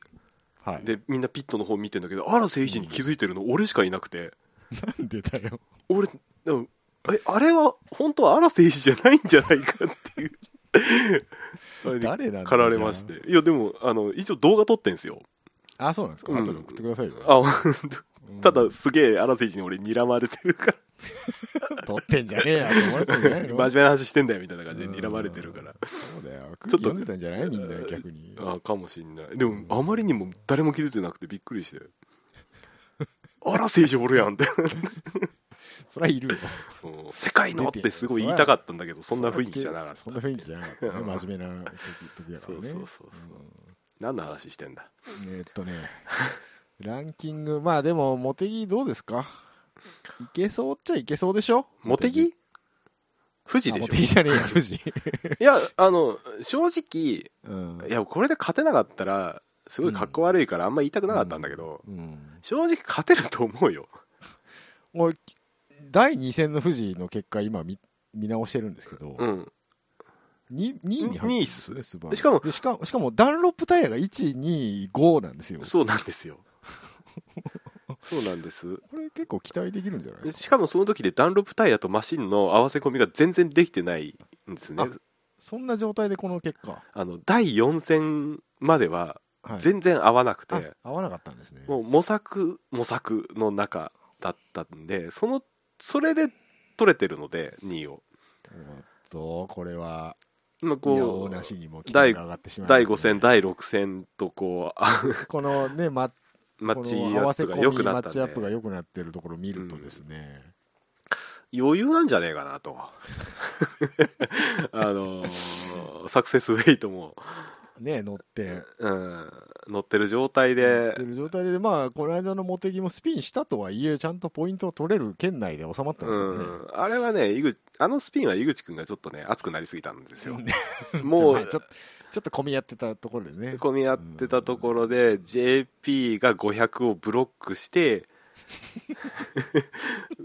Speaker 2: はい
Speaker 1: でみんなピットの方見てんだけど荒誠治に気づいてるの俺しかいなくて
Speaker 2: なんでだよ
Speaker 1: 俺でもえあれは本当は荒誠治じゃないんじゃないかっていう あれに
Speaker 2: 誰なんだ
Speaker 1: 駆られまし
Speaker 2: じ
Speaker 1: ていやでもあの一応動画撮ってんすよ
Speaker 2: ゃああそうなんですか
Speaker 1: うん
Speaker 2: 後で送ってくださいよ
Speaker 1: あほんと
Speaker 2: うん
Speaker 1: ただすげえ荒誠治に俺睨まれてる から
Speaker 2: 撮ってんじゃねえ やって思われてたんじゃない
Speaker 1: 真
Speaker 2: の
Speaker 1: 面目な話してんだよみたいな感じで睨まれてるから
Speaker 2: そうだよ
Speaker 1: ちょっと
Speaker 2: 空気読んでたんじゃないみんな逆に
Speaker 1: ああかもしんないでもあまりにも誰も気づいてなくてびっくりして 「あら政治おるやん」 って
Speaker 2: そりゃいるよ
Speaker 1: 「うん世界の」っ
Speaker 2: 出て
Speaker 1: てすごい言いたかったんだけどそんな雰囲気じゃなかった
Speaker 2: そんな雰囲気じゃなかったね
Speaker 1: うん
Speaker 2: 真面目な時時やからね
Speaker 1: そうそうそうそう何の話してんだ
Speaker 2: うんえーっとねランキングまあでも茂木どうですかいけそうっちゃいけそうでしょ
Speaker 1: 茂木富士
Speaker 2: あ
Speaker 1: で
Speaker 2: 茂
Speaker 1: しょ
Speaker 2: 木じゃねえや富士
Speaker 1: いやあの正直
Speaker 2: うん
Speaker 1: いやこれで勝てなかったらすごい格好悪いからあんま言いたくなかったんだけど、
Speaker 2: うん
Speaker 1: 正直勝てると思うよ
Speaker 2: 俺第2戦の富士の結果今見見直してるんですけど、
Speaker 1: うん
Speaker 2: に2位に
Speaker 1: 2位
Speaker 2: 入
Speaker 1: っす
Speaker 2: るす
Speaker 1: しかも
Speaker 2: しかしかもダンロップタイヤが125なんですよ
Speaker 1: そうなんです よそうなんです
Speaker 2: これ結構期待できるんじゃないですか
Speaker 1: しかもその時でダンロップタイヤとマシンの合わせ込みが全然できてないんですね
Speaker 2: あそんな状態でこの結果、
Speaker 1: あの第4戦までは
Speaker 2: はい、
Speaker 1: 全然合わなくて、
Speaker 2: あ合わなかったんですね
Speaker 1: もう模索模索の中だったんでそのそれで取れてるので2位を
Speaker 2: おっとこれは
Speaker 1: まあ
Speaker 2: いやお
Speaker 1: こ
Speaker 2: うなし
Speaker 1: う
Speaker 2: にも期待が上がってしまいますね
Speaker 1: 第5戦第6戦とこうあ
Speaker 2: このねマッ
Speaker 1: マ
Speaker 2: こ
Speaker 1: ッチ
Speaker 2: の合
Speaker 1: ア
Speaker 2: わ
Speaker 1: ッ
Speaker 2: せ
Speaker 1: プ
Speaker 2: 込
Speaker 1: が
Speaker 2: み
Speaker 1: 良くな
Speaker 2: マ
Speaker 1: っ
Speaker 2: ッチア
Speaker 1: た
Speaker 2: ップ
Speaker 1: ん
Speaker 2: が
Speaker 1: で
Speaker 2: 良くなってるところを見るとですね、
Speaker 1: 余裕なんじゃねえかなと あのーサクセスウェイトも
Speaker 2: ね乗って
Speaker 1: うん、乗ってる状態
Speaker 2: 乗っ
Speaker 1: で
Speaker 2: て、る状態でまあこの間の茂木もスピンしたとはいえちゃんとポイントを取れる圏内で収まったん
Speaker 1: う
Speaker 2: ですよね、
Speaker 1: ん、あれはね、井口あのスピンは井口君がちょっとね、熱くなりすぎたんですよ。も
Speaker 2: もう
Speaker 1: う
Speaker 2: ちょっとちょっと混み合ってたところでね
Speaker 1: 混み合ってたところで、JP が500をブロックして、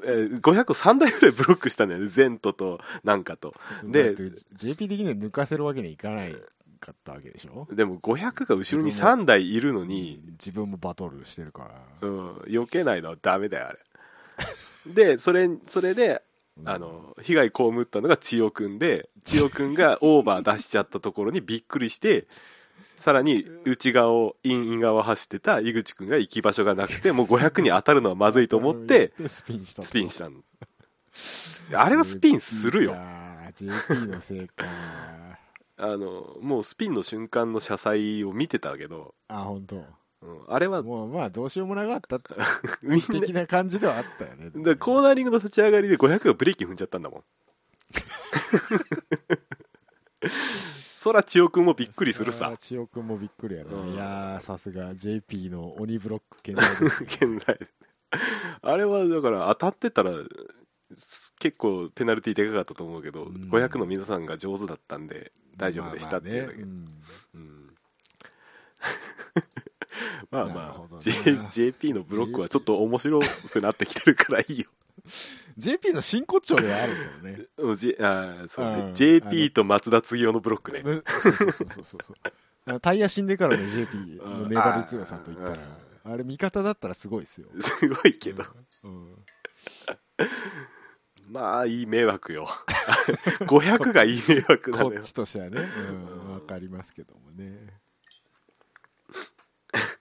Speaker 1: えー500を3台ぐらいブロックしたんだよね、ゼントとなんかと。で
Speaker 2: で JP 的には抜かせるわけにいかないかったわけでしょ
Speaker 1: でも500が後ろに3台いるのに、
Speaker 2: 自分もバトルしてるか
Speaker 1: う
Speaker 2: ら、
Speaker 1: ん、避けないのはダメだよ、あれ。で、それ、それで、
Speaker 2: うん
Speaker 1: あの被害被ったのが千代くんで千代くんがオーバー出しちゃったところにびっくりしてさらに内側をインイン側を走ってた井口くんが行き場所がなくてもう500に当たるのはまずいと思って
Speaker 2: で スピンしたと
Speaker 1: スピンしたのあれはスピンするよ
Speaker 2: あー JP のせいか
Speaker 1: あのもうスピンの瞬間の車載を見てたけど
Speaker 2: あ本当
Speaker 1: うん、あれは
Speaker 2: もうまあどうしようもなかったって
Speaker 1: みんな
Speaker 2: 的な感じではあったよね
Speaker 1: でコーナーリングの立ち上がりで500がブレーキ踏んじゃったんだ もんそら千代君もびっくりする
Speaker 2: それ
Speaker 1: さ
Speaker 2: は千代君もびっくりやな、
Speaker 1: うん
Speaker 2: いやーさすが JP の鬼ブロック健在ですね
Speaker 1: 現代あれはだから当たってたらす結構ペナルティでかかったと思うけど、
Speaker 2: うん
Speaker 1: 500の皆さんが上手だったんで 大丈夫でしたっていうだけ
Speaker 2: まあま
Speaker 1: うん、 まあ
Speaker 2: なる
Speaker 1: ま
Speaker 2: ほど
Speaker 1: あ、
Speaker 2: な
Speaker 1: J、JP あのブロックはちょっと面白くなってきてるからいい よ
Speaker 2: あねうん JP の真骨頂ではあるけどね
Speaker 1: うん J あーそうね
Speaker 2: うん
Speaker 1: JP と松田継夫のブロックね
Speaker 2: ね そうそうそうそうそうあのタイヤ死んでからの JP の粘り強さといったら
Speaker 1: う
Speaker 2: あれ味方だったらすごいですよ
Speaker 1: すごいけど、
Speaker 2: うんうん
Speaker 1: まあいい迷惑よ 500がいい迷惑な
Speaker 2: こ
Speaker 1: のよ
Speaker 2: っちとしてはね、
Speaker 1: う
Speaker 2: うんん、わかりますけどもね。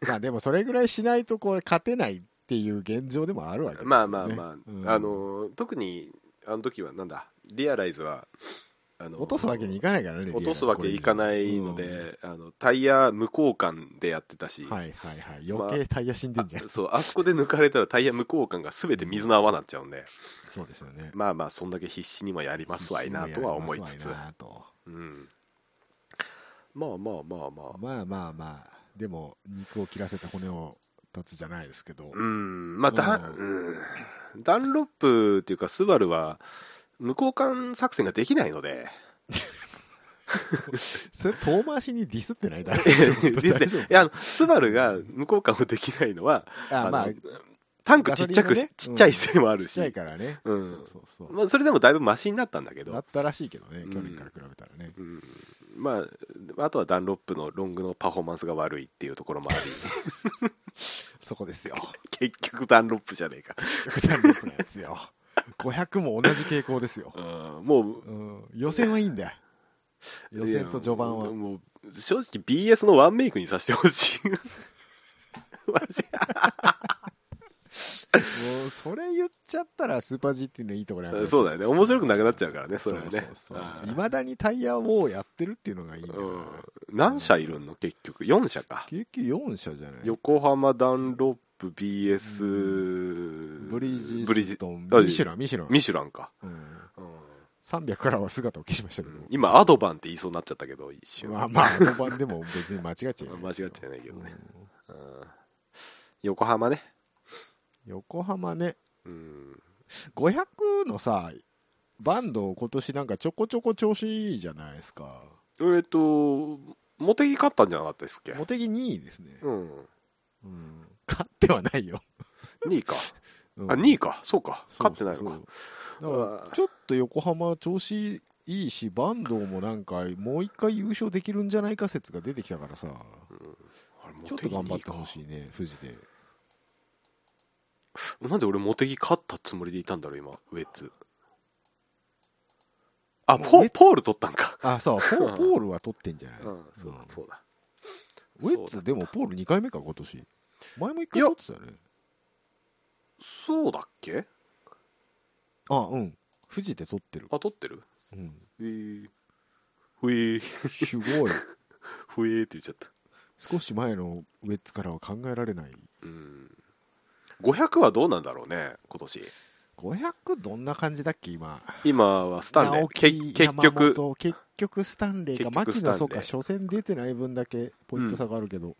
Speaker 2: まあでもそれぐらいしないとこれ勝てないっていう現状でもあるわけですよね。
Speaker 1: まあまあまあ、
Speaker 2: うん
Speaker 1: あの特にあの時はなんだリアライズはあの
Speaker 2: 落とすわけにいかないからね。
Speaker 1: 落とすわけいかないので、あのタイヤ無交換でやってたし、
Speaker 2: うんはいはいはい。余計タイヤ死んでんじゃん。
Speaker 1: そうあそこで抜かれたらタイヤ無交換が全て水の泡になっちゃうんで
Speaker 2: そうですよね。
Speaker 1: まあまあそんだけ必死にもやりますわいなとは思いつつ
Speaker 2: まあまあと
Speaker 1: うん、まあまあまあまあ
Speaker 2: まあまあまあ、でも肉を切らせた骨を立つじゃないですけど。
Speaker 1: うんまあだ、
Speaker 2: うん
Speaker 1: うん、ダンロップっていうかスバルは無交換作戦ができないので
Speaker 2: それ遠回しにディスってないだ ろ
Speaker 1: ですねいやあのスバルが無交換をできないのは
Speaker 2: あ
Speaker 1: の
Speaker 2: まあ、
Speaker 1: タンクちっちゃくし、
Speaker 2: ガ
Speaker 1: ち
Speaker 2: ソ
Speaker 1: っ
Speaker 2: リンのね
Speaker 1: ちゃいせいもある
Speaker 2: ちっ
Speaker 1: し、
Speaker 2: ちゃいからね。
Speaker 1: うん
Speaker 2: そうそうそう。
Speaker 1: まあ、それでもだいぶマシになったんだけ
Speaker 2: だ
Speaker 1: ど
Speaker 2: っ、たらしいけどね
Speaker 1: うん、
Speaker 2: 去年から比べたらね。
Speaker 1: うんまあ、あとはダンロップのロングのパフォーマンスが悪いっていうところもあり
Speaker 2: そこですよ。
Speaker 1: 結局ダンロップじゃねえか、
Speaker 2: 極端力のやつよ。500も同じ傾向ですよ。
Speaker 1: うん、もう
Speaker 2: うん、予選はいいんだよ。予選と序盤
Speaker 1: い
Speaker 2: は
Speaker 1: や。もう正直 BS のワンメイクにさせてほ しいマジ
Speaker 2: もうそれ言っちゃったらスーパー GT のいいところや
Speaker 1: そうだよね面白くなくなっちゃうからねそれはねあー
Speaker 2: いまだにタイヤをやってるっていうのがいいんだよな
Speaker 1: うん何社いるの結局4社か
Speaker 2: 結局4社じゃない
Speaker 1: 横浜ダンロップ BS、
Speaker 2: ブリヂ
Speaker 1: ブリ
Speaker 2: ストン、
Speaker 1: あ
Speaker 2: ミシュラン、ミシュラン。
Speaker 1: ミシュランか、
Speaker 2: うん300からは姿を消しましたけど。
Speaker 1: 今アドバンって言いそうになっちゃったけど一瞬、
Speaker 2: まあまあ、あの番でも別に間違っちゃいない
Speaker 1: 間
Speaker 2: です
Speaker 1: 違
Speaker 2: よ。
Speaker 1: っちゃいないけどね、
Speaker 2: うん
Speaker 1: うん横浜ね
Speaker 2: 横浜ね、
Speaker 1: うん
Speaker 2: 500のさ、バンド、今年なんかちょこちょこ調子いいじゃないですか。
Speaker 1: えっ、と茂木勝ったんじゃなかったですっけ
Speaker 2: 茂木2位ですね。
Speaker 1: うん
Speaker 2: うん勝ってはないよ。
Speaker 1: 2位か
Speaker 2: う
Speaker 1: あ2位かそうか勝ってないのか
Speaker 2: か。そうだからちょっと横浜調子いいし、バンドもなんか、もう一回優勝できるんじゃないか説が出てきたからさ、
Speaker 1: うんあれ
Speaker 2: ちょっと頑張ってほ
Speaker 1: い
Speaker 2: しいね、富士で。
Speaker 1: なんで俺茂木勝ったつもりでいたんだろう今ウエッツあポ
Speaker 2: ウエッ
Speaker 1: ポール取ったんか、
Speaker 2: あ、そ う、ポーポールは取ってんじゃない、
Speaker 1: うん、そうだそうだ
Speaker 2: ウェッツ、でもポール2回目か、今年。前も1回取ってたよね。
Speaker 1: そうだっけ
Speaker 2: あ、うん。富士で取ってる。
Speaker 1: あ取ってる
Speaker 2: うん。
Speaker 1: ふえーふえー
Speaker 2: すご い。
Speaker 1: ふえーって言っちゃった
Speaker 2: 少し前のウェッツからは考えられない。
Speaker 1: うん500はどうなんだろうね今年
Speaker 2: 500どんな感じだっけ今。
Speaker 1: 今はスタンレー
Speaker 2: 直
Speaker 1: け
Speaker 2: 木
Speaker 1: 結局
Speaker 2: 山本結局スタンレー
Speaker 1: 結
Speaker 2: が
Speaker 1: 局
Speaker 2: 牧
Speaker 1: スタンレー
Speaker 2: 野そうか初戦出てない分だけポイント差があるけど、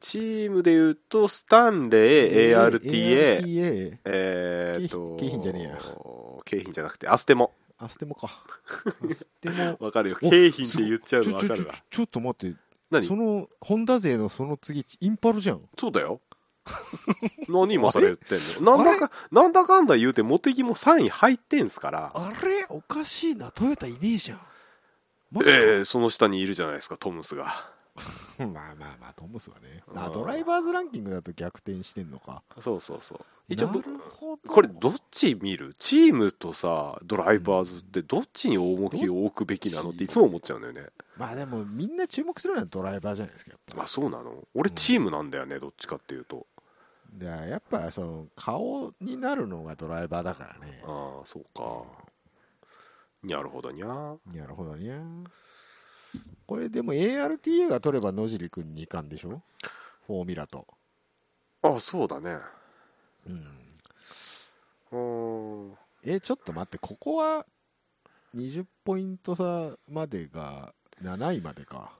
Speaker 1: チームで言うとスタンレー ARTA
Speaker 2: ARTA
Speaker 1: えーっと
Speaker 2: 景品景品じゃねえや
Speaker 1: 景品じゃなくてアステモ
Speaker 2: アステモかアス テモ
Speaker 1: わかるよ
Speaker 2: お
Speaker 1: 景品って言っちゃう
Speaker 2: ち
Speaker 1: の
Speaker 2: ょ
Speaker 1: わか
Speaker 2: ちょち
Speaker 1: る
Speaker 2: ょ
Speaker 1: わ
Speaker 2: ちょっと待って
Speaker 1: 何
Speaker 2: そのホンダ勢のその次インパルじゃん
Speaker 1: そうだ よ何今それ言ってんのなんだかなんだかんだ言うて茂木も3位入ってんすから
Speaker 2: あれおかしいなトヨタいねえじゃんマジか、
Speaker 1: ええその下にいるじゃないですかトムスが
Speaker 2: まあまあまあトムスはね
Speaker 1: あ
Speaker 2: あ
Speaker 1: ー
Speaker 2: ドライバーズランキングだと逆転してんのか
Speaker 1: そうそうそう一応
Speaker 2: なるほど
Speaker 1: これどっち見るチームとさドライバーズってどっちに重きを置くべきなのっていつも思っちゃうんだよね
Speaker 2: まあでもみんな注目するのはドライバーじゃないですかやっぱ
Speaker 1: あそうなの俺
Speaker 2: うん
Speaker 1: チームなんだよねどっちかっていうと
Speaker 2: でやっぱその顔になるのがドライバーだからね
Speaker 1: ああそうかにゃるほどにゃ
Speaker 2: なるほどねこれでも ARTA が取れば野尻君2冠でしょ大ミラと。
Speaker 1: あそうだね
Speaker 2: うん、
Speaker 1: うーん
Speaker 2: え、ちょっと待って、ここは20ポイント差までが7位までか。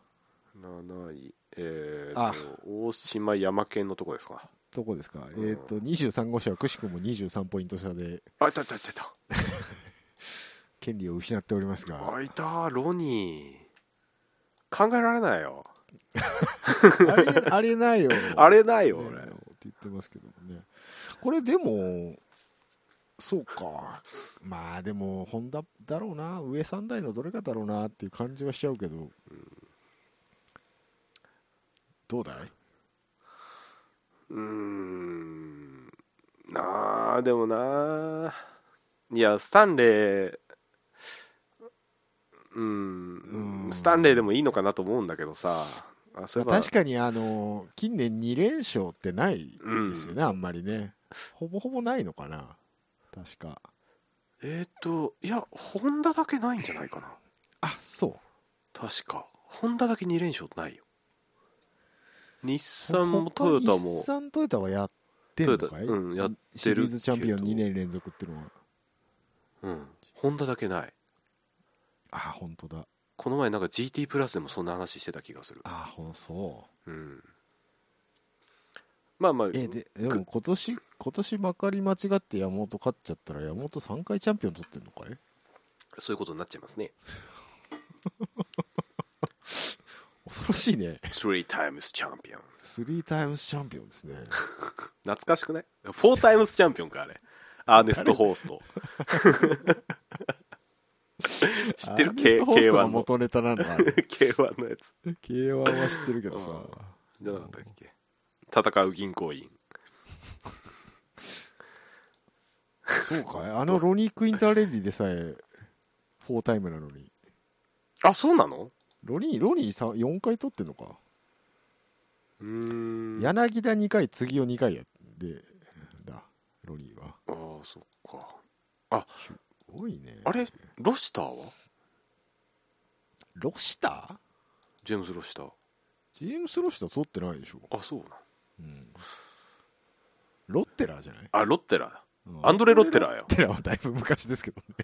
Speaker 1: 7位えー、
Speaker 2: あ
Speaker 1: と大島山県のとこですか
Speaker 2: どこですか、
Speaker 1: うん
Speaker 2: えっ、と、23号車はくしくも23ポイント差で
Speaker 1: あいたいたいたいた
Speaker 2: 権利を失っております が、
Speaker 1: あいたロニー考えられないよ
Speaker 2: ありえありえないよ。
Speaker 1: あれない
Speaker 2: え
Speaker 1: よ
Speaker 2: ない
Speaker 1: 俺
Speaker 2: よって言ってますけどもね。これでも、そうか。まあでも、ホンダだろうな、上3台のどれかだろうなっていう感じはしちゃうけど、どうだいう
Speaker 1: ーんなあでもなあいやスタンレーう
Speaker 2: うんん
Speaker 1: スタンレーでもいいのかなと思うんだけどさあそういえば
Speaker 2: 確かにあの近年2連勝ってないですよね、あんまりねほぼほぼないのかな確か
Speaker 1: えーっ、といやホンダだけないんじゃないかな
Speaker 2: あそう
Speaker 1: 確かホンダだけ2連勝ないよ日産もトヨタ
Speaker 2: 他
Speaker 1: も
Speaker 2: 日産トヨタはやってるのかい、
Speaker 1: トヨタうんやってるけど
Speaker 2: シリーズチャンピオン2年連続っていうのは
Speaker 1: うんホンダだけない
Speaker 2: あ本当だ
Speaker 1: この前なんか GT プラスでもそんな話してた気がする
Speaker 2: あほんそ
Speaker 1: うんまあまあ
Speaker 2: うえででも今年今年まかり間違って山本勝っちゃったら山本3回チャンピオン取ってんのかい
Speaker 1: そういうことになっちゃいますね
Speaker 2: 恐ろしい ね
Speaker 1: 3 times チャンピオン
Speaker 2: 3タイムスチャンピオンですね
Speaker 1: 懐かしくない ?4 times チャンピオンかあれアーネスト・ホース ト知ってる
Speaker 2: アーネストホースト
Speaker 1: K1
Speaker 2: が
Speaker 1: の
Speaker 2: 元ネタなんだ
Speaker 1: K1 のやつ
Speaker 2: K1 は知ってるけ どさ
Speaker 1: じゃなかったっけ戦う銀行員
Speaker 2: そうかいあのロニー・クインターレディでさえフォータイムなのに
Speaker 1: あそうなの
Speaker 2: ロニーロニーさ4回取ってんのか、
Speaker 1: うーん
Speaker 2: 柳田2回次を2回やでだロニーは
Speaker 1: ああそっか
Speaker 2: すごいね
Speaker 1: あれロシターは
Speaker 2: ロシタ
Speaker 1: ジェームズ・ロシター
Speaker 2: ージェームス・ロシター取ってないでしょ、
Speaker 1: あそうな
Speaker 2: うん、ロッテラーじゃない
Speaker 1: あロッテラだアンドレ・ロッテラーよ
Speaker 2: ロッテラーはだいぶ昔ですけどね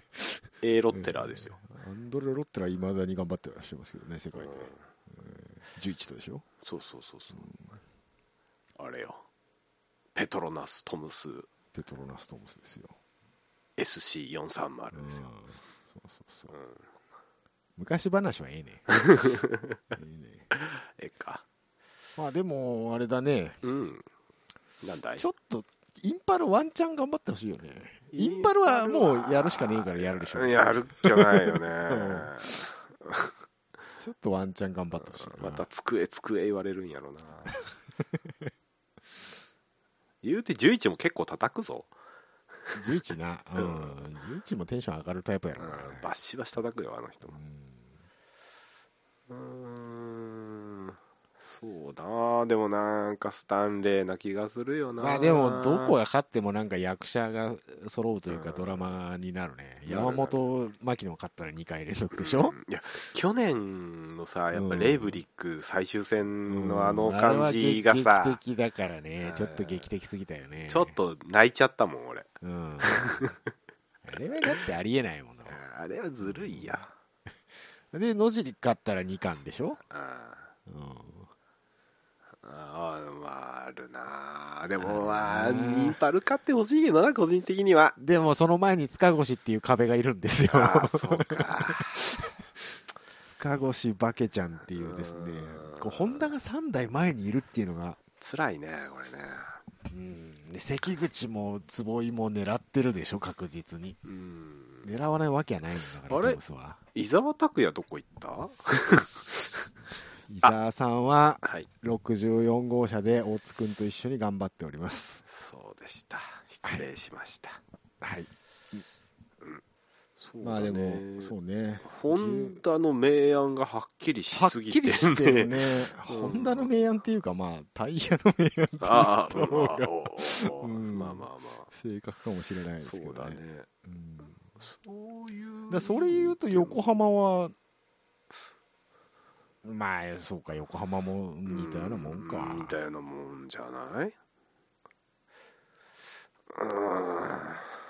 Speaker 1: えーロッテラーですよ、
Speaker 2: アンドレ・ロッテラーいまだに頑張ってらっしゃいますけどね世界で
Speaker 1: うん
Speaker 2: 11とでしょ
Speaker 1: そうそうそうそう、あれよペトロナス・トムス
Speaker 2: ペトロナス・トムスですよ
Speaker 1: SC430 ですよ、
Speaker 2: うんそうそうそう
Speaker 1: うん、
Speaker 2: 昔 話はええねええね
Speaker 1: ええか
Speaker 2: まあでもあれだね
Speaker 1: うんなんだい
Speaker 2: ちょっとインパルワンチャン頑張ってほしいよねイ
Speaker 1: イ
Speaker 2: ン
Speaker 1: ン
Speaker 2: パ
Speaker 1: パ
Speaker 2: ル
Speaker 1: ル
Speaker 2: は
Speaker 1: は
Speaker 2: もうやるしかねえからやるでしょ
Speaker 1: やるっきゃないよ ね、
Speaker 2: んちょっとワンチャン頑張ってほしいな
Speaker 1: また机机言われるんや ろな言うて11も結構叩くぞ、
Speaker 2: 11なう
Speaker 1: うん
Speaker 2: ん11もテンション上がるタイプや
Speaker 1: う
Speaker 2: ろ
Speaker 1: ん
Speaker 2: うね、
Speaker 1: バシバシ叩くよあの人
Speaker 2: う
Speaker 1: も
Speaker 2: ん
Speaker 1: うーんそうだなでもなんかスタンレーな気がするよな
Speaker 2: まあでもどこが勝ってもなんか役者が揃うというか
Speaker 1: うん
Speaker 2: ドラマになるね
Speaker 1: なる
Speaker 2: 山本真紀の勝ったら2回連続でしょ
Speaker 1: うんいや去年のさやっぱレイブリック最終戦のあの
Speaker 2: うんあれは
Speaker 1: 感じが
Speaker 2: 劇
Speaker 1: さ、
Speaker 2: 劇的だからね
Speaker 1: うん
Speaker 2: ちょっと劇的すぎたよね
Speaker 1: ちょっと泣いちゃったもん俺
Speaker 2: うん あれはだってありえないもの
Speaker 1: あれはずるいや
Speaker 2: で野尻勝ったら2冠でしょ、
Speaker 1: あ
Speaker 2: うん、
Speaker 1: あーまああるなで
Speaker 2: あるな
Speaker 1: もまあインパル勝ってほしいけどな個人的に は
Speaker 2: でもその前に塚越っていう壁がいるんですよ
Speaker 1: ああそうか
Speaker 2: 塚越バケちゃんっていうですね
Speaker 1: うん
Speaker 2: こうホンダが3台前にいるっていうのが、
Speaker 1: 辛いねこれね
Speaker 2: うん、で関口も坪井も狙ってるでしょ確実に
Speaker 1: うん
Speaker 2: 狙わないわけはないんだから
Speaker 1: あれ
Speaker 2: トムスは
Speaker 1: 伊沢拓也どこ行った
Speaker 2: 伊沢さんは
Speaker 1: はい
Speaker 2: 64号車で大津君と一緒に頑張っております
Speaker 1: そうでした失礼しました、
Speaker 2: はい
Speaker 1: そう
Speaker 2: まあでもそうね
Speaker 1: ホンダの明暗がはっきりし
Speaker 2: はっ
Speaker 1: すぎて
Speaker 2: きりしてる
Speaker 1: ね。
Speaker 2: ね
Speaker 1: うん
Speaker 2: ホンダの明暗っていうかまあタイヤの明暗っていう
Speaker 1: ああ、まあ
Speaker 2: 方が
Speaker 1: おうおう
Speaker 2: うん
Speaker 1: まあまあま
Speaker 2: 正確かもしれない
Speaker 1: あ。
Speaker 2: です
Speaker 1: そ
Speaker 2: け
Speaker 1: う
Speaker 2: どね
Speaker 1: だね。
Speaker 2: うんだか
Speaker 1: そういう。
Speaker 2: らそれ言うと横。浜はまあそうか横浜も似たようなもんか
Speaker 1: みたいなもんんじゃない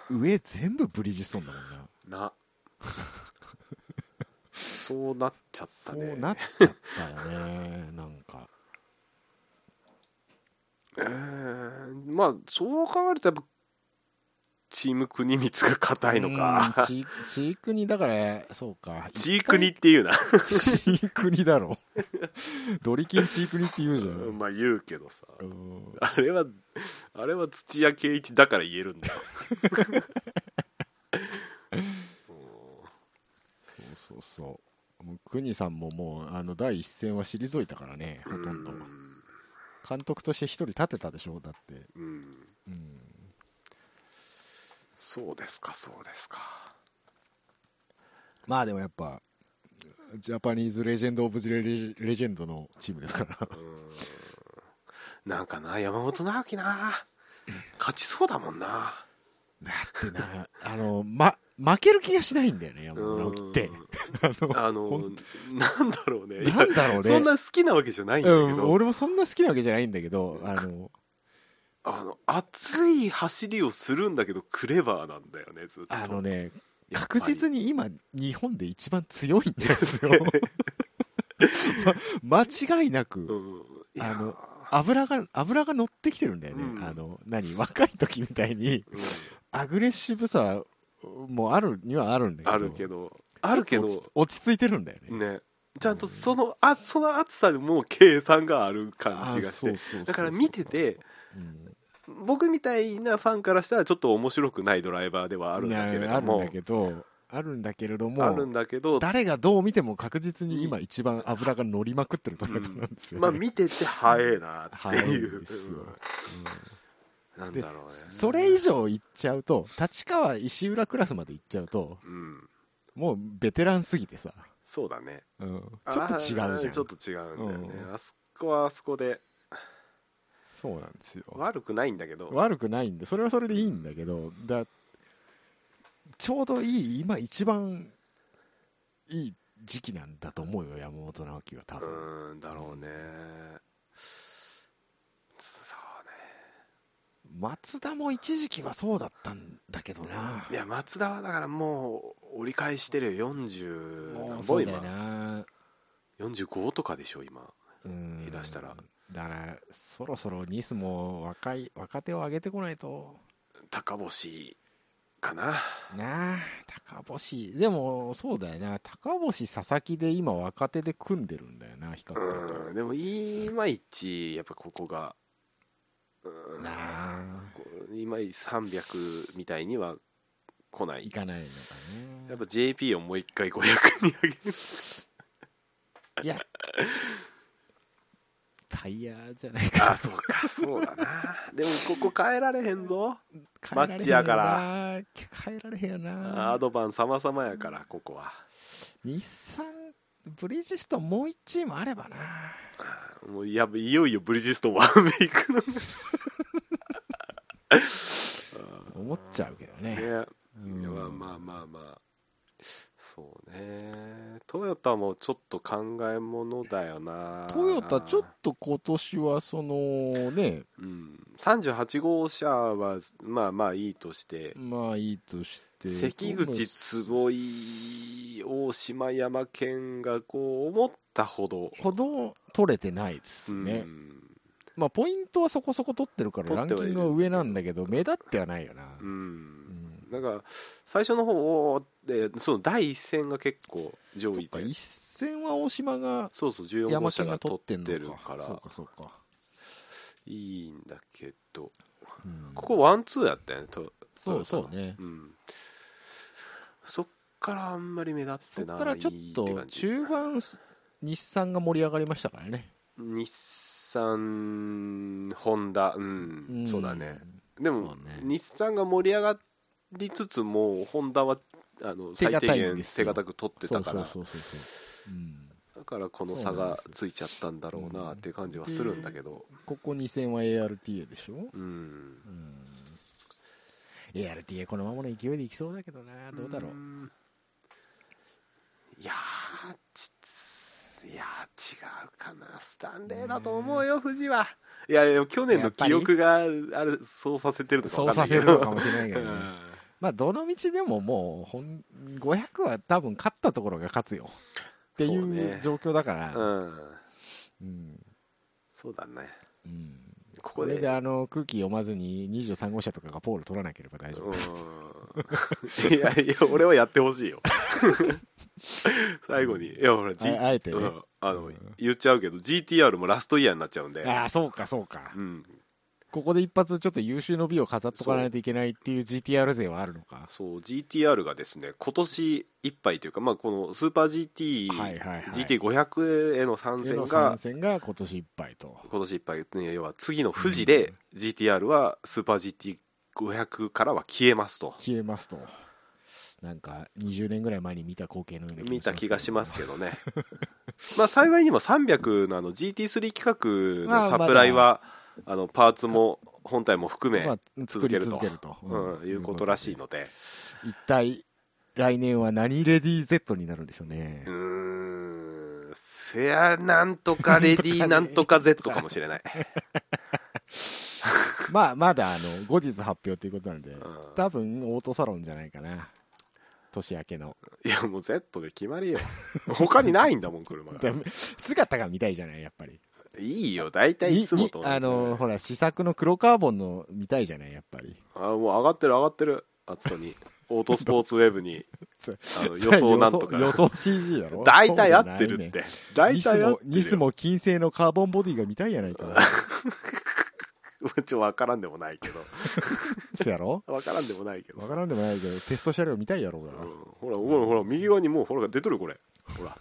Speaker 1: うん
Speaker 2: 上全部ブリヂストンだもんな。
Speaker 1: なそうなっちゃった
Speaker 2: そ
Speaker 1: ね
Speaker 2: うなっちゃったよね。なんか。
Speaker 1: えーまあそう考えるとやっぱチーム国光が硬いの
Speaker 2: うん
Speaker 1: か
Speaker 2: ちちいくに、だから、そうか。
Speaker 1: チー国っていうな
Speaker 2: ちいくにだろ。ドリキンちいくにって言うじゃ ん。
Speaker 1: まあ言うけどさ
Speaker 2: うん
Speaker 1: あれはあれは土屋圭一だから言えるん だよう
Speaker 2: そうそうそう。もう国さんももうあの第一線は退いたからね、ほ
Speaker 1: ん
Speaker 2: とんど。監督として一人立てたでしょ、だって。
Speaker 1: うん
Speaker 2: うん、
Speaker 1: そうですかそうですか
Speaker 2: まあでもやっぱ、ジャパニーズ・レジェンド・オブ・レジレジェンドのチームですから
Speaker 1: う。んなんかな山本直樹な勝ちそうだもんな
Speaker 2: だってな、あの、ま、負ける気がしないんだよね、山本直樹って
Speaker 1: う。ん
Speaker 2: あの、
Speaker 1: あ
Speaker 2: ほ
Speaker 1: の
Speaker 2: ん
Speaker 1: なんだろうねいや
Speaker 2: なんだろうね。
Speaker 1: そんな好きなわけじゃないんだけど、
Speaker 2: うん、俺もそんな好きなわけじゃないんだけど、あの、
Speaker 1: あの熱い走りをするんだけどクレバーなんだよねずっと
Speaker 2: あのね、
Speaker 1: やっぱり
Speaker 2: 確実に今、日本で一番強いんですよ。 ま間違いな
Speaker 1: う
Speaker 2: く、
Speaker 1: んいや
Speaker 2: あの油が、油が乗ってきてるんだよね。
Speaker 1: うん
Speaker 2: あの、何 若い時みたいに、
Speaker 1: うん
Speaker 2: アグレッシブさもあるにはあるんだけど。
Speaker 1: あるけどあるけど
Speaker 2: ちょっと落ち落ち着いてるんだよね。
Speaker 1: ねちゃんとそのあその熱さでもう計算がある
Speaker 2: あ
Speaker 1: 感じがして
Speaker 2: そうそうそうそう
Speaker 1: だから見てて、
Speaker 2: うん
Speaker 1: 僕みたいなファンからしたらちょっと面白くないドライバーではあるんだけれ
Speaker 2: な
Speaker 1: ど
Speaker 2: あるん
Speaker 1: も
Speaker 2: だけど、あるんだけれども、
Speaker 1: あるんだけど
Speaker 2: 誰がどう見ても確実に今一番油が乗りまくってるところなんですよ、ね
Speaker 1: まあ見てて早えなって
Speaker 2: 早い
Speaker 1: い
Speaker 2: ん
Speaker 1: う
Speaker 2: ですよ、
Speaker 1: うんなん
Speaker 2: で
Speaker 1: だろうね
Speaker 2: それ以上行っちゃうと立川石浦クラスまで行っちゃうと
Speaker 1: うん
Speaker 2: もうベテランすぎてさ、
Speaker 1: そうだね
Speaker 2: うん、ちょっと違うじゃ
Speaker 1: あー
Speaker 2: ん
Speaker 1: ちょっと違うんだよね、
Speaker 2: う
Speaker 1: あそこはあそこで
Speaker 2: そうなんですよ
Speaker 1: 悪くないんだけど
Speaker 2: 悪くないんでそれはそれでいいんだけどだちょうどいい今一番いい時期なんだと思うよ山本直樹は多
Speaker 1: う
Speaker 2: 分、
Speaker 1: ーんだろうねそう
Speaker 2: 松田も一時期はそうだったんだけどな
Speaker 1: ねいや松田はだからもう折り返してるよ40
Speaker 2: も
Speaker 1: 何
Speaker 2: うそ
Speaker 1: 本
Speaker 2: うだよ
Speaker 1: 今
Speaker 2: な
Speaker 1: 45とかでしょ今
Speaker 2: うん
Speaker 1: 下手したら
Speaker 2: だからそろそろニスも若い若手を上げてこないと
Speaker 1: 高星かな
Speaker 2: なあ高星でもそうだよな高星佐々木で今若手で組んでるんだよな比較的、
Speaker 1: うんでもいまいちやっぱここがうん
Speaker 2: なあ
Speaker 1: こう今300みたいには来ない
Speaker 2: いかないのかね
Speaker 1: やっぱ JP をもう一回500に上げる
Speaker 2: いやタイヤじゃないか
Speaker 1: あそうかそうだなでもここ変えられへんぞ
Speaker 2: 変えれへん
Speaker 1: マッチ
Speaker 2: よな
Speaker 1: やから
Speaker 2: 変えられへんよな
Speaker 1: アドバン様々やからここは
Speaker 2: 日産ブリヂストンもう1チームあればな
Speaker 1: もうやべいよいよブリヂストンワンウェイクの
Speaker 2: 思っちゃうけどね
Speaker 1: ね
Speaker 2: うん
Speaker 1: いやまあまあまあまあそうねトヨタもちょっと考えものだよな
Speaker 2: トヨタちょっと今年はそのね
Speaker 1: うん38号車はまあまあいいとして、
Speaker 2: まあいいとして
Speaker 1: 関口坪井大島山県がこう思ったほど
Speaker 2: ほど取れてないですね、まあポイントはそこそこ取ってるから
Speaker 1: 取
Speaker 2: ラ
Speaker 1: っ
Speaker 2: ン
Speaker 1: て
Speaker 2: キ
Speaker 1: はいる
Speaker 2: ングは上なんだけど目立ってはないよな、
Speaker 1: うん、う、
Speaker 2: うんん
Speaker 1: なんか最初の方おーでその第一戦が結構上
Speaker 2: そっ
Speaker 1: 位
Speaker 2: か
Speaker 1: で
Speaker 2: 一戦は大島が
Speaker 1: そうそう14号
Speaker 2: 山
Speaker 1: 車
Speaker 2: 県
Speaker 1: が
Speaker 2: が取
Speaker 1: 取
Speaker 2: っ
Speaker 1: ってて
Speaker 2: ん
Speaker 1: る
Speaker 2: のか
Speaker 1: から
Speaker 2: そうかそうか、
Speaker 1: いいんだけど
Speaker 2: うん
Speaker 1: ここワンツーやったよねと
Speaker 2: そう
Speaker 1: トヨ
Speaker 2: そう
Speaker 1: タの
Speaker 2: ね
Speaker 1: うん、そっからあんまり目立
Speaker 2: そ
Speaker 1: っ
Speaker 2: って
Speaker 1: ない
Speaker 2: からちょっ
Speaker 1: って
Speaker 2: と
Speaker 1: 感じ
Speaker 2: 中盤す日産が盛り上がりましたからね、
Speaker 1: 日産ホンダうん、
Speaker 2: ん
Speaker 1: そうだねでも、
Speaker 2: そうね
Speaker 1: 日産が盛り上がりつつもホンダはあの
Speaker 2: 手
Speaker 1: 最
Speaker 2: 堅い
Speaker 1: 低
Speaker 2: ん
Speaker 1: 限
Speaker 2: ですよ
Speaker 1: 手堅く取ってたから
Speaker 2: そうそうそうそう、うん、
Speaker 1: だからこの差がついちゃったんだろうなっていう感じはするんだけど
Speaker 2: ここ2戦は ARTA でしょ、
Speaker 1: うん
Speaker 2: うん ARTA このままの勢いでいきそうだけどなどうだろう、
Speaker 1: んいやーちいやー違うかなスタンレーだと思うよ藤はいやでも去年の記憶があるそうさせてるとか
Speaker 2: そう
Speaker 1: わか
Speaker 2: さ
Speaker 1: んない
Speaker 2: せ
Speaker 1: け
Speaker 2: る
Speaker 1: ど
Speaker 2: のかもしれないけどね、まあどの道でももうほん500は多分勝ったところが勝つよってい
Speaker 1: そうね
Speaker 2: う状況だか
Speaker 1: う
Speaker 2: ら
Speaker 1: ん、うん
Speaker 2: うん
Speaker 1: そうだね
Speaker 2: うん
Speaker 1: こ
Speaker 2: こ
Speaker 1: こ
Speaker 2: れ
Speaker 1: で
Speaker 2: であの空気読まずに23号車とかがポール取らなければ大丈夫
Speaker 1: うん いやいや俺はやってほしいよ 最後にいやほら、G
Speaker 2: ああえてね
Speaker 1: うんあの
Speaker 2: うん
Speaker 1: 言っちゃうけど GTR もラストイヤーになっちゃうんで
Speaker 2: ああそうかそうか
Speaker 1: うん
Speaker 2: ここで一発ちょっと優秀の美を飾っとかないといけないっていう GTR 勢はあるのか
Speaker 1: そう GTR がですね今年いっぱいというか、まあ、このスーパー GT、
Speaker 2: はいはいはい
Speaker 1: GT500 への参
Speaker 2: で
Speaker 1: 戦
Speaker 2: の
Speaker 1: が
Speaker 2: 参戦が今年いっぱいと
Speaker 1: 今年いっぱい、ね、要は次の富士で GTR はスーパー GT500 からは消えますと
Speaker 2: 消えますとなんか20年ぐらい前に見た光景のような
Speaker 1: 見た気がします
Speaker 2: け
Speaker 1: けどね まあ幸いにも300のあの GT3 企画のサプライはあのパーツも本体も含
Speaker 2: ど
Speaker 1: め、
Speaker 2: まあ
Speaker 1: 続
Speaker 2: 作
Speaker 1: ける
Speaker 2: り
Speaker 1: と
Speaker 2: 続けると
Speaker 1: うんいうことらしい
Speaker 2: の
Speaker 1: ので
Speaker 2: 一体来年は何レディー Z になるんでしょうね
Speaker 1: うーんフェアなんとかレディーなんとか Z かもしれない、
Speaker 2: まあまだあの後日発表ということなんで
Speaker 1: うん
Speaker 2: 多分オートサロンじゃないかな年明けの
Speaker 1: いやもう Z で決まりよ他にないんだもん車が
Speaker 2: でも姿が見たいじゃないやっぱり
Speaker 1: いいよ大体いつもと同じ
Speaker 2: に
Speaker 1: だ
Speaker 2: あ
Speaker 1: よね
Speaker 2: のほら試作の黒カーボンの見たいじゃないやっぱり
Speaker 1: あもう上がってる上がってるあそこ にオートスポーツウェブに
Speaker 2: そう
Speaker 1: あの予想なんとか
Speaker 2: 予想予想 CG だろ
Speaker 1: 大体合ってるって大
Speaker 2: ニス
Speaker 1: 体合っ
Speaker 2: モ
Speaker 1: てる
Speaker 2: ニスも金星のカーボンボディが見たいやないか
Speaker 1: もちょ分からんでもないけど
Speaker 2: そうやろ
Speaker 1: 分からんでもないけど
Speaker 2: わからんでもないけどテスト車両見たいやろうが
Speaker 1: うんほらほらほら右側にもうほら出とるこれほ ら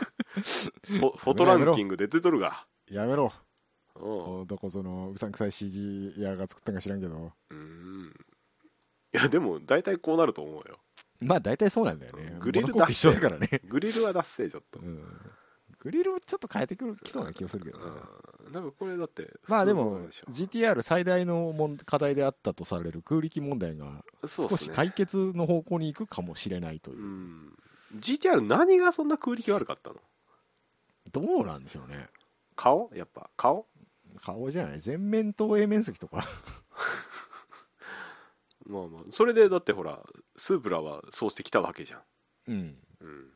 Speaker 1: フォフォトランキングで出とるが
Speaker 2: やめろ
Speaker 1: うんう
Speaker 2: どこそのうさんくさい CG 屋が作ったんか知らんけど
Speaker 1: ーんいやでも大体こうなると思うよ
Speaker 2: まあ大体そうなんだよね
Speaker 1: うんグリル
Speaker 2: モノコーク一緒だからね、
Speaker 1: グリルは出せちょっと
Speaker 2: うんグリルをちょっと変えてくるきそうな気がするけどね
Speaker 1: うんなんかこれだって
Speaker 2: まあで
Speaker 1: そう
Speaker 2: も
Speaker 1: なんしょ
Speaker 2: GTR 最大の問課題であったとされる空力問題が
Speaker 1: そうっ
Speaker 2: 少
Speaker 1: す
Speaker 2: し
Speaker 1: ね
Speaker 2: 解決の方向に行くかもしれないという
Speaker 1: うん GTR 何がそんな空力悪かったの
Speaker 2: どうなんでしょうね
Speaker 1: 顔やっぱ顔
Speaker 2: 顔じゃない全面投影面積とか
Speaker 1: まあまあそれでだってほらスープラはそうしてきたわけじゃん
Speaker 2: うん
Speaker 1: うん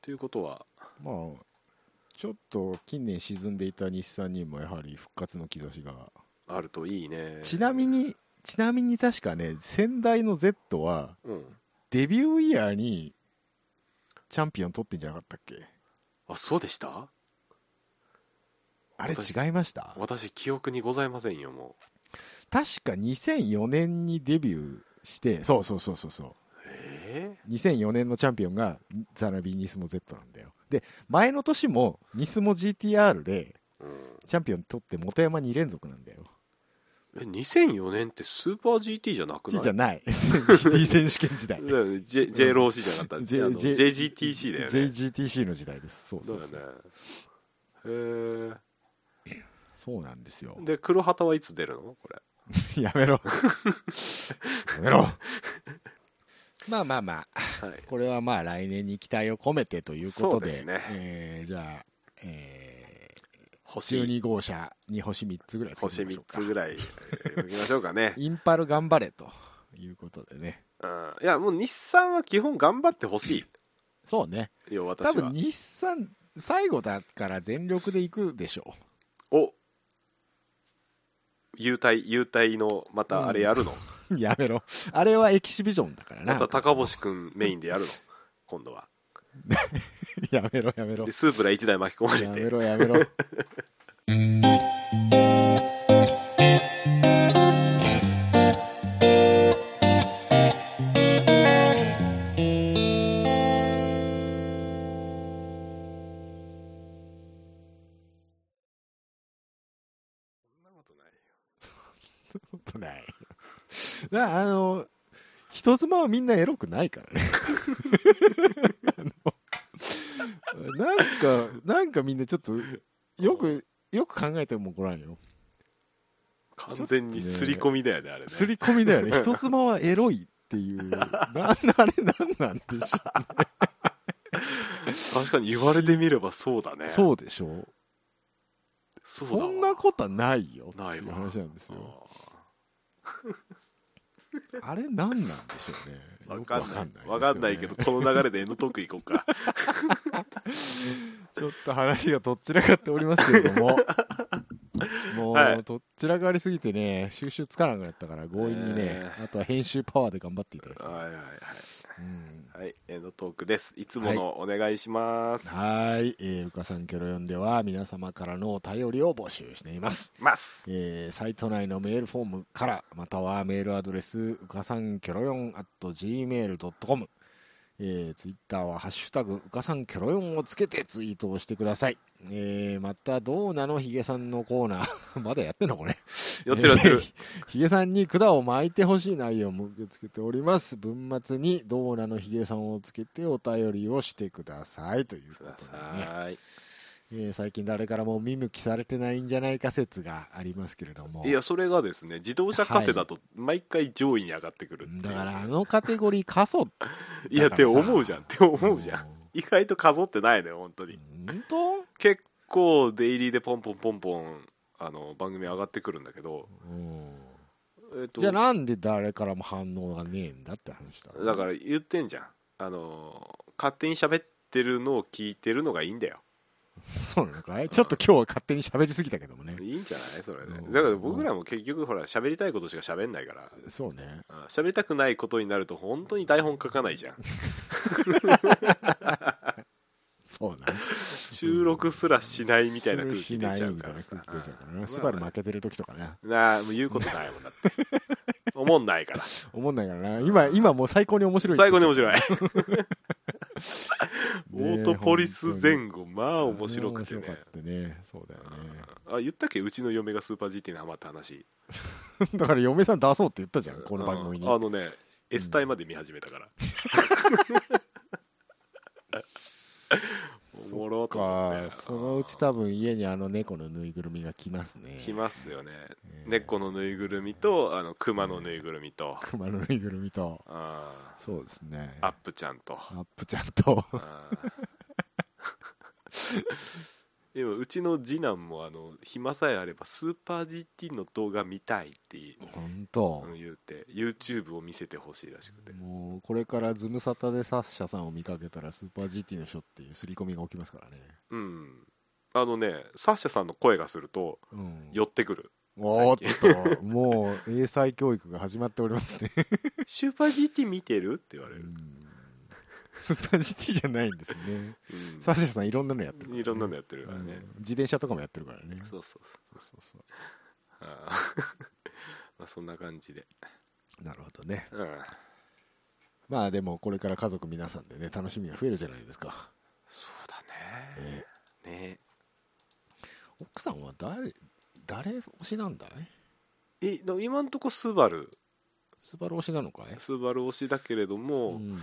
Speaker 1: ということは
Speaker 2: まあちょっと近年沈んでいた日産にもやはり復活の兆しが
Speaker 1: あるといいね
Speaker 2: ちなみにちなみに確かね先代の Z は
Speaker 1: うん
Speaker 2: デビューイヤーにチャンピオン取ってんじゃなかったっけ
Speaker 1: あそうでした
Speaker 2: あれ
Speaker 1: 私
Speaker 2: 違いました
Speaker 1: 私記憶にございませんよも
Speaker 2: 確か2004年にデビューしてそうそうそうそうそう
Speaker 1: うええ
Speaker 2: 2004年のチャンピオンがザラビーニスモ Z なんだよで前の年もニスモ GTR で
Speaker 1: うん
Speaker 2: チャンピオン取って元山2連続なんだよ
Speaker 1: え2004年ってスーパー GT じゃなくない
Speaker 2: T じゃない GT 選手権 時代
Speaker 1: だよね J, J ロー C じゃなかった
Speaker 2: J-
Speaker 1: あの
Speaker 2: J-
Speaker 1: JGTC だよね
Speaker 2: JGTC の時代ですそうそうそ
Speaker 1: だ
Speaker 2: う
Speaker 1: よねへえ
Speaker 2: そうなんですよ
Speaker 1: で黒旗はいつ出るのこれ
Speaker 2: やめろ。やめろ。まあまあまあ、
Speaker 1: はい
Speaker 2: これはまあ来年に期待を込めてというこ
Speaker 1: そう
Speaker 2: とで、
Speaker 1: ですね
Speaker 2: えーじゃあ、え
Speaker 1: 星
Speaker 2: ー、12号車に星3つぐらいつけ
Speaker 1: 星
Speaker 2: てみ
Speaker 1: 3
Speaker 2: ましょうか、
Speaker 1: つぐらいえー置きましょうかね
Speaker 2: インパル頑張れということでね。
Speaker 1: うん、いやもう日産は基本頑張ってほし
Speaker 2: そうね。
Speaker 1: いよ私
Speaker 2: 多
Speaker 1: は
Speaker 2: 分日産、最後だから全力で行くでしょ
Speaker 1: お優待優待のまたあれやるの、
Speaker 2: う。 やめろ。あれはエキシビジョンだからな。
Speaker 1: また高星くんメインでやるの今度は
Speaker 2: やめろやめろ
Speaker 1: で。スープラ1台巻き込まれ
Speaker 2: や
Speaker 1: て
Speaker 2: めろやめろ。
Speaker 1: そんなことない よ
Speaker 2: ことない。 なあの、人妻はみんなエロくないからね。 あのなんか、なんかみんなちょっと、よく、よく考えてもごらんよ。
Speaker 1: 完全に刷り込みだよねあれね
Speaker 2: すり込みだよね。 人妻はエロいっていう。なんあれなんなんでしょうね。
Speaker 1: 確かに言われてみればそうだね
Speaker 2: そうでしょう
Speaker 1: そ
Speaker 2: そんな
Speaker 1: と
Speaker 2: ことはないよって
Speaker 1: ない
Speaker 2: いう
Speaker 1: わ
Speaker 2: 話なんですよあれ何なんでしょうね
Speaker 1: 分
Speaker 2: よく
Speaker 1: か
Speaker 2: わ
Speaker 1: んない
Speaker 2: ですよね
Speaker 1: わかんないけどこの流れで N トーク行こうか
Speaker 2: ちょっと話がとっちらかっておりますけれど ももう、
Speaker 1: はい
Speaker 2: とっちらかりすぎてね収集つかなくなったから強引にね、
Speaker 1: えー
Speaker 2: あとは編集パワーで頑張っていただきたい、
Speaker 1: はいはいは
Speaker 2: うん
Speaker 1: いはい N トークですいつものお願いします、
Speaker 2: はーい、えー、うかさんキョロヨンでは皆様からのお便りを募集しています、
Speaker 1: ます
Speaker 2: えーサイト内のメールフォームからまたはメールアドレスうかさんキョロヨン at gmail.com えー、ツイッターは「ハッシュタグうかさんキョロヨン」をつけてツイートをしてください、えー、またどうなのヒゲさんのコーナーまだやってんのこれ
Speaker 1: やってるやってる
Speaker 2: ヒゲさんに管を巻いてほしい内容も受け付けております文末に「どうなのヒゲさん」をつけてお便りをしてくださいという
Speaker 1: く
Speaker 2: こ
Speaker 1: だ
Speaker 2: とで ね
Speaker 1: さい
Speaker 2: えー最近誰からも見向きされてないんじゃないか説がありますけれども
Speaker 1: いやそれがですね自動車カテだと毎回上位に上がってくるっていう
Speaker 2: だからあのカテゴリー過疎
Speaker 1: いやって思うじゃんって思うじゃん
Speaker 2: ん
Speaker 1: 意外と数ってないのよ本当に
Speaker 2: 本当
Speaker 1: 結構デイリーでポンポンポンポンあの番組上がってくるんだけど、えっと
Speaker 2: じゃあなんで誰からも反応がねえんだって話だ
Speaker 1: だから言ってんじゃんあの勝手に喋ってるのを聞いてるのがいいんだよ
Speaker 2: そうなのかいちょっと今日は勝手に喋りすぎたけどもね
Speaker 1: いいんじゃないそれ
Speaker 2: う
Speaker 1: ね
Speaker 2: ん
Speaker 1: だから僕らも結局ほら喋りたいことしか喋んないから
Speaker 2: そうね
Speaker 1: うん喋りたくないことになると本当に台本書かないじゃ ん
Speaker 2: そうね
Speaker 1: 収録すらしないみたいな空気出ちゃうから
Speaker 2: し
Speaker 1: さ
Speaker 2: ないみたいな空気出ちゃうから
Speaker 1: うん
Speaker 2: ねスバル負けてる時とかね
Speaker 1: なあもう言うことないもんだって 思んないから
Speaker 2: 思んないからな今今もう最高に面白い
Speaker 1: 最後に面白いオ
Speaker 2: ねえ
Speaker 1: ートポリス前後まあ面白くてね
Speaker 2: 面白かったねそうだよね
Speaker 1: あ言ったっけうちの嫁がスーパー GT にハマった話
Speaker 2: だから嫁さん出そうって言ったじゃんこの番組に
Speaker 1: うんあのね S 体まで見始めたから、おもろと思って
Speaker 2: かそのうち多分家にあの猫のぬいぐるみが来ますね
Speaker 1: 来ますよね
Speaker 2: えー
Speaker 1: 猫のぬいぐるみとあの熊のぬいぐるみと、
Speaker 2: 熊のぬいぐるみと
Speaker 1: あー
Speaker 2: そうですね
Speaker 1: アップちゃんと
Speaker 2: アップちゃん と
Speaker 1: あー でもうちの次男もあの暇さえあればスーパー GT の動画見たいって
Speaker 2: 本当
Speaker 1: 言うて YouTube を見せてほしいらしくて
Speaker 2: もうこれからズムサタでサッシャさんを見かけたらスーパー GT の人っていう刷り込みが起きますからね
Speaker 1: うんあのねサッシャさんの声がすると
Speaker 2: うん
Speaker 1: 寄ってくる
Speaker 2: おーっともう英才教育が始まっておりますね
Speaker 1: 「スーパー GT 見てる?」って言われ
Speaker 2: う
Speaker 1: る、
Speaker 2: んスーパー GT じゃないんですね
Speaker 1: うん
Speaker 2: サッシャさんいろんなのやってるからね
Speaker 1: いろんなのやってるからね、
Speaker 2: うん自転車とかもやってるからね
Speaker 1: そうそうそう
Speaker 2: そうそうそう
Speaker 1: あー まあそんな感じで、
Speaker 2: なるほどね。
Speaker 1: うん、
Speaker 2: まあでもこれから家族皆さんでね、楽しみが増えるじゃないですか。
Speaker 1: そうだね
Speaker 2: ね
Speaker 1: ね
Speaker 2: 奥さんは誰、誰推しなんだい
Speaker 1: えでも今んとこスバル
Speaker 2: スバル推しなのかい
Speaker 1: スバル推しだけれども、
Speaker 2: うん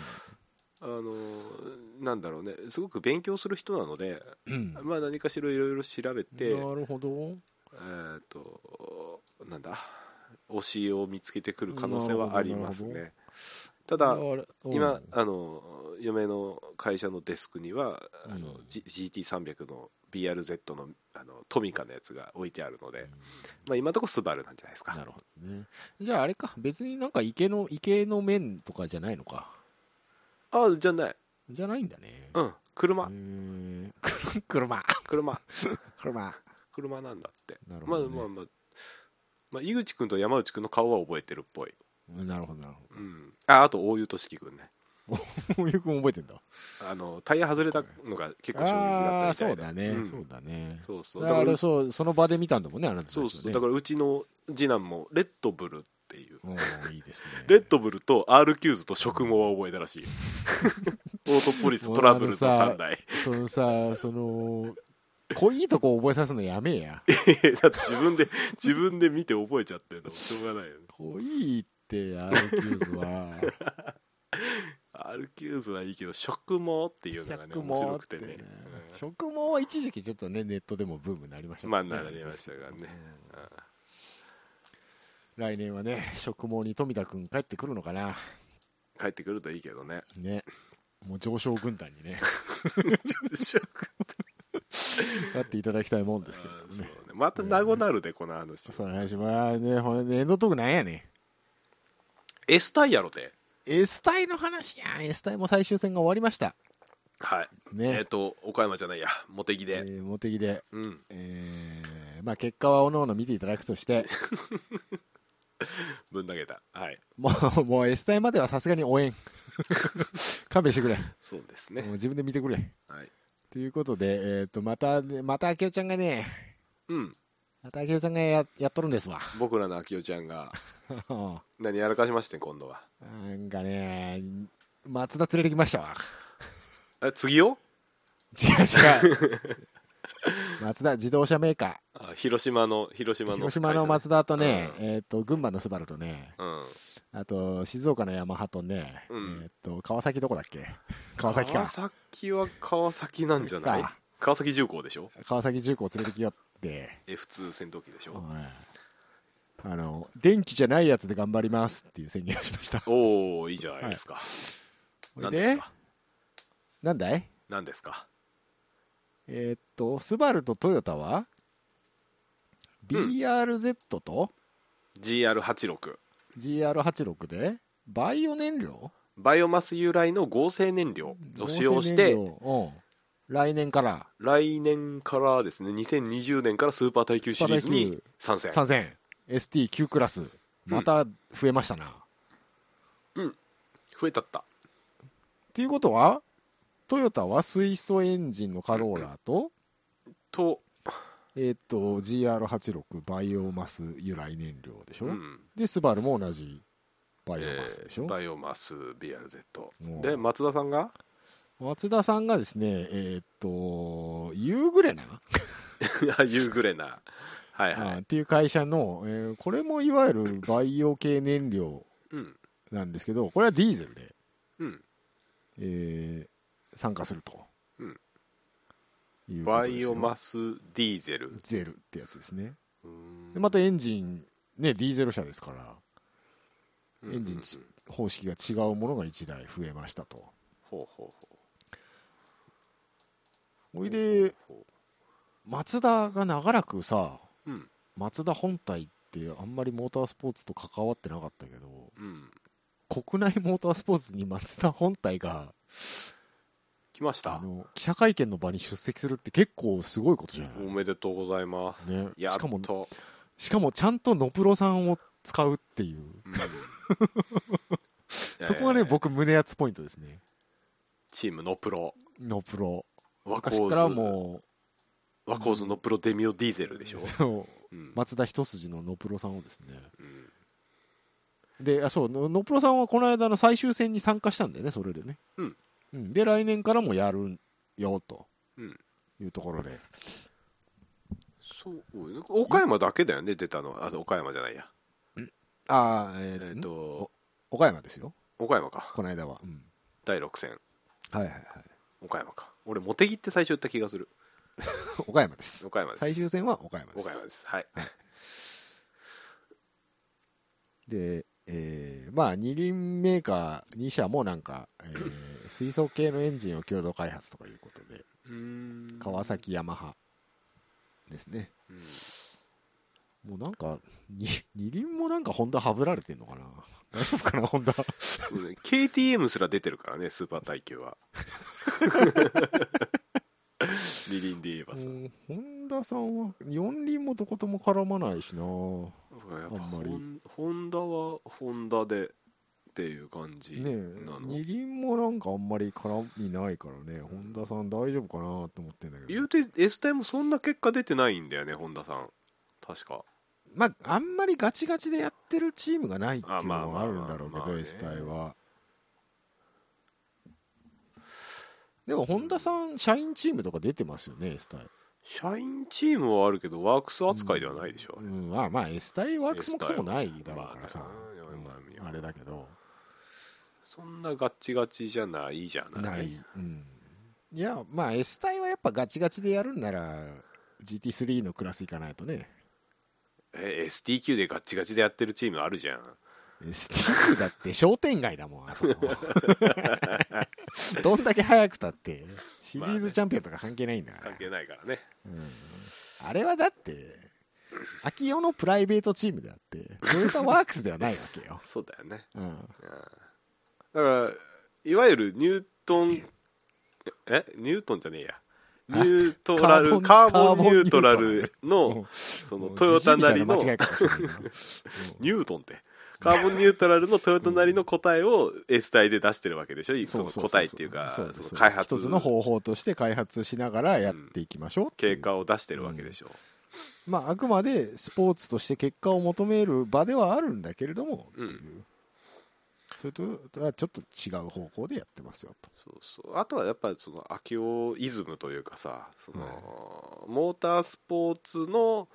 Speaker 1: あのなんだろうねすごく勉強する人なので、
Speaker 2: うん
Speaker 1: まあ、何かしらいろいろ調べて、
Speaker 2: なるほど。
Speaker 1: えー、となんだ推しを見つけてくる可能性はあります
Speaker 2: な
Speaker 1: ねただ
Speaker 2: あれ
Speaker 1: 今
Speaker 2: うん
Speaker 1: あの嫁の会社のデスクにはあの、
Speaker 2: うん
Speaker 1: G- GT300 の BRZ のあのトミカのやつが置いてあるので、まあ、今のところスバルなんじゃないですか
Speaker 2: なるほどね。じゃああれか、別になんか池の、池の面とかじゃないのか。
Speaker 1: ああじゃない
Speaker 2: じゃないんだね。
Speaker 1: うん車、
Speaker 2: へー くる車。
Speaker 1: 車
Speaker 2: 車。
Speaker 1: 車なんだって
Speaker 2: なる
Speaker 1: ま
Speaker 2: ほ
Speaker 1: あ
Speaker 2: どね。
Speaker 1: まあまあ、まあ、井口君と山内君の顔は覚えてるっぽい、
Speaker 2: なるほど、なるほ
Speaker 1: うん、ああと大湯俊樹君ね
Speaker 2: ど。 こういう子も覚えてんだ。
Speaker 1: あのタイヤ外れたのが結構衝撃
Speaker 2: あ
Speaker 1: だ
Speaker 2: あ
Speaker 1: った
Speaker 2: ー、そう
Speaker 1: みた
Speaker 2: だ
Speaker 1: い
Speaker 2: ね。
Speaker 1: でうん
Speaker 2: そうだね。
Speaker 1: そうそう
Speaker 2: だ
Speaker 1: だ
Speaker 2: か
Speaker 1: からら
Speaker 2: そうその場で見たんだもんねあなたたち
Speaker 1: そ
Speaker 2: は
Speaker 1: う
Speaker 2: ね
Speaker 1: そうだからうちの次男もレッドブルっていう
Speaker 2: おーいいですね
Speaker 1: レッドブルと R キューズと食毛は覚えたら しいオートポリストラブルの3台
Speaker 2: そのさその濃いとこ覚えさせるのやめえや
Speaker 1: だって自分で自分で見て覚えちゃってるのしょうがないよね
Speaker 2: 濃いってアルキューズは
Speaker 1: R キューズはいいけど食毛っていうのがね面白くてね、うん
Speaker 2: 食毛は一時期ちょっとねネットでもブームになりましたからね
Speaker 1: まあなりましたからね
Speaker 2: うん
Speaker 1: ああ
Speaker 2: 来年はね食毛に富田君帰ってくるのかな
Speaker 1: 帰ってくるといいけどね
Speaker 2: ねもう上昇軍団 にね、なっていただきたいもんですけど
Speaker 1: そうね
Speaker 2: ね。
Speaker 1: また名護なるでこの話
Speaker 2: その話はね、ほんでエンドトークなんやねん。
Speaker 1: エスタイやろて
Speaker 2: S 隊の話やん S 隊も最終戦が終わりました
Speaker 1: はいえっ、
Speaker 2: ね
Speaker 1: と岡山じゃないや茂木
Speaker 2: え
Speaker 1: で、
Speaker 2: ー茂木で、
Speaker 1: うん
Speaker 2: えーまあ、結果はおのおの見ていただくとして
Speaker 1: ぶん投げたはい
Speaker 2: もうもう S 隊まではさすがに応援 勘弁してくれ
Speaker 1: そうです
Speaker 2: もう
Speaker 1: ね
Speaker 2: 自分で見てくれ
Speaker 1: はい
Speaker 2: ということで、えー、とまたねまた明夫ちゃんがね
Speaker 1: うん
Speaker 2: また明夫ちゃんがややっとるんですわ
Speaker 1: 僕らの秋代ちゃんが何やらかしましてん今度は
Speaker 2: なんかね松田連れてきましたわ
Speaker 1: え次よ
Speaker 2: 違う違 う松田自動車メーカ
Speaker 1: あ広島の広島の
Speaker 2: ー広島の松田とね、
Speaker 1: うん
Speaker 2: えー、と群馬のスバルとね
Speaker 1: うん
Speaker 2: あと、静岡のヤマハとね、
Speaker 1: うん
Speaker 2: えーっと、川崎どこだっ け川崎か
Speaker 1: 川。崎は川崎なんじゃない
Speaker 2: か
Speaker 1: 川崎重工でしょ
Speaker 2: 川崎重工連れてきよって、
Speaker 1: F2 戦闘機でしょ、
Speaker 2: あの、電気じゃないやつで頑張りますっていう宣言をしました。
Speaker 1: おおいいじゃないですか、 何ですか
Speaker 2: なんだい
Speaker 1: 何ですか
Speaker 2: えーっと、スバルとトヨタは、BRZ と
Speaker 1: GR86
Speaker 2: GR86 で、バイオ燃料
Speaker 1: バイオマス由来の合成燃料を使用し
Speaker 2: 合成
Speaker 1: て
Speaker 2: 燃料うん来年から
Speaker 1: 来年からですね2020年からスーパー耐久シリーズに参戦
Speaker 2: 参戦、ST9 クラス、また増えましたな。
Speaker 1: 増えたった
Speaker 2: っていうことはトヨタは水素エンジンのカローラと,、
Speaker 1: と、
Speaker 2: えーっと GR86 バイオマス由来燃料でしょ、
Speaker 1: うん
Speaker 2: でスバルも同じバイオマスでし
Speaker 1: え
Speaker 2: ょ
Speaker 1: ー、バイオマス BRZ
Speaker 2: うん
Speaker 1: で松田さん が
Speaker 2: 松田さんがですねえーっとユーグレナ、
Speaker 1: あユーグレナはいはい、
Speaker 2: あっていう会社の、えーこれもいわゆるバイオ系燃料
Speaker 1: うん
Speaker 2: なんですけどこれはディーゼルで、
Speaker 1: うん
Speaker 2: えー参加すると
Speaker 1: うん
Speaker 2: いうこと
Speaker 1: バ
Speaker 2: です
Speaker 1: イ
Speaker 2: よ
Speaker 1: オマスディーゼル
Speaker 2: ゼルってやつですね
Speaker 1: うー
Speaker 2: で
Speaker 1: ん
Speaker 2: またエンジン、ね、ディーゼル車ですから、
Speaker 1: うん
Speaker 2: エンジン
Speaker 1: うんうん
Speaker 2: 方式が違うものが1台増えましたと。
Speaker 1: ほうほうほう
Speaker 2: ほいで、
Speaker 1: ほうほ
Speaker 2: マツダが長らくさ、
Speaker 1: ううん
Speaker 2: マツダ本体ってあんまりモータースポーツと関わってなかったけど、
Speaker 1: うん
Speaker 2: 国内モータースポーツにマツダ本体が、
Speaker 1: 来ました
Speaker 2: あの、記者会見の場に出席するって結構すごいことじゃ
Speaker 1: お
Speaker 2: な
Speaker 1: めでとうございます
Speaker 2: いね。
Speaker 1: や
Speaker 2: し
Speaker 1: っ
Speaker 2: かも、
Speaker 1: と、
Speaker 2: しかもちゃんとノプロさんを使うっていう。
Speaker 1: うん
Speaker 2: そこがね、僕胸熱ポイントですね。
Speaker 1: チームのプロ
Speaker 2: ノプロ。
Speaker 1: ワコ
Speaker 2: 昔から
Speaker 1: ーズ
Speaker 2: も
Speaker 1: ワコーズのプロデミオディーゼル
Speaker 2: う、
Speaker 1: でしょ、
Speaker 2: そ
Speaker 1: う
Speaker 2: う、
Speaker 1: ん
Speaker 2: 松田一筋のノプロさんをですね
Speaker 1: うん
Speaker 2: であそうのノプロさんはこの間の最終戦に参加したんだよねそれでね
Speaker 1: うん、
Speaker 2: うんで来年からもやるよと
Speaker 1: うん
Speaker 2: いうところで、
Speaker 1: そう岡山だけだよね出たのはあ岡山じゃないや
Speaker 2: ああえ
Speaker 1: えっ、
Speaker 2: ーん
Speaker 1: と
Speaker 2: 岡山ですよ
Speaker 1: 岡山か
Speaker 2: この間は、うん
Speaker 1: 第6戦
Speaker 2: はい はいはい
Speaker 1: 岡山か俺茂木って最初言った気がする
Speaker 2: 岡山です
Speaker 1: 岡山です
Speaker 2: 最終戦は岡山です
Speaker 1: 岡山ですはい
Speaker 2: でえーまあ二輪メーカー2社もなんか、え ー水素系のエンジンを共同開発とかいうことで
Speaker 1: うーん
Speaker 2: 川崎ヤマハですね
Speaker 1: うん
Speaker 2: もうなんか、に二輪もなんかホンダはぶられてんのかな大丈夫かな、ホンダ。
Speaker 1: そうね KTM すら出てるからねスーパー耐久 は二輪で言えばさ
Speaker 2: ホンダさんは四輪もどことも絡まないしな
Speaker 1: やっぱ
Speaker 2: あんまり
Speaker 1: ホンホンダはホンダでっていう感じな
Speaker 2: ねえ
Speaker 1: の、
Speaker 2: 二輪もなんかあんまり絡みないからね、ホンダさん大丈夫かなと思ってんだけ
Speaker 1: 言
Speaker 2: ど
Speaker 1: う。て S タイもそんな結果出てないんだよねホンダさん確か
Speaker 2: まあ、あんまりガチガチでやってるチームがないっていうのはあ
Speaker 1: あ
Speaker 2: る
Speaker 1: ま
Speaker 2: ん
Speaker 1: あまあまあ
Speaker 2: だろうけ
Speaker 1: まあ
Speaker 2: ど、
Speaker 1: ね
Speaker 2: S 体は。でも、ホンダさん、社員チームとか出てますよね、S 体。
Speaker 1: 社員チームはあるけどワークス扱いではないでしょ、あ
Speaker 2: う
Speaker 1: れ
Speaker 2: ん、まあまあ、S 対ワークスもクソもないだろうからさ
Speaker 1: まあね、
Speaker 2: うんあれだけど、
Speaker 1: そんなガッチガチじゃないじゃない
Speaker 2: ない。うん、いや、まあ S 対はやっぱガチガチでやるんなら、GT3 のクラス行かないとね。
Speaker 1: え STQ でガッチガチでやってるチームあるじゃん
Speaker 2: スティックだって商店街だもん、あそ こ。どんだけ早くたって、シリーズチャンピオンとか関係ないんだから。
Speaker 1: 関係ないからね。
Speaker 2: うんあれはだって、秋代のプライベートチームであって、トヨタワークスではないわけよ。
Speaker 1: そうだよね。
Speaker 2: うん、
Speaker 1: うんだから、いわゆるニュートン、えニュートンじゃねえや。ニュートラル、カ
Speaker 2: カーボン
Speaker 1: ーボンニュートラル
Speaker 2: も
Speaker 1: の
Speaker 2: う、
Speaker 1: その
Speaker 2: もう
Speaker 1: トヨタなりの、
Speaker 2: ジジイみたいな間違いかもしれないな
Speaker 1: ニュートンって。カーボンニュートラルのトヨタなりの答えを S 体で出してるわけでしょ、その答えっていうか、
Speaker 2: そうそうそう
Speaker 1: その開発
Speaker 2: 一つの方法として開発しながらやっていきましょうっていう
Speaker 1: 経過を出してるわけでしょ。
Speaker 2: まあ、あくまでスポーツとして結果を求める場ではあるんだけれども、
Speaker 1: うん
Speaker 2: っていうそれとはちょっと違う方向でやってますよと。
Speaker 1: そうそうあとはやっぱりその秋夫イズムというかさその、
Speaker 2: はい
Speaker 1: モータースポーツの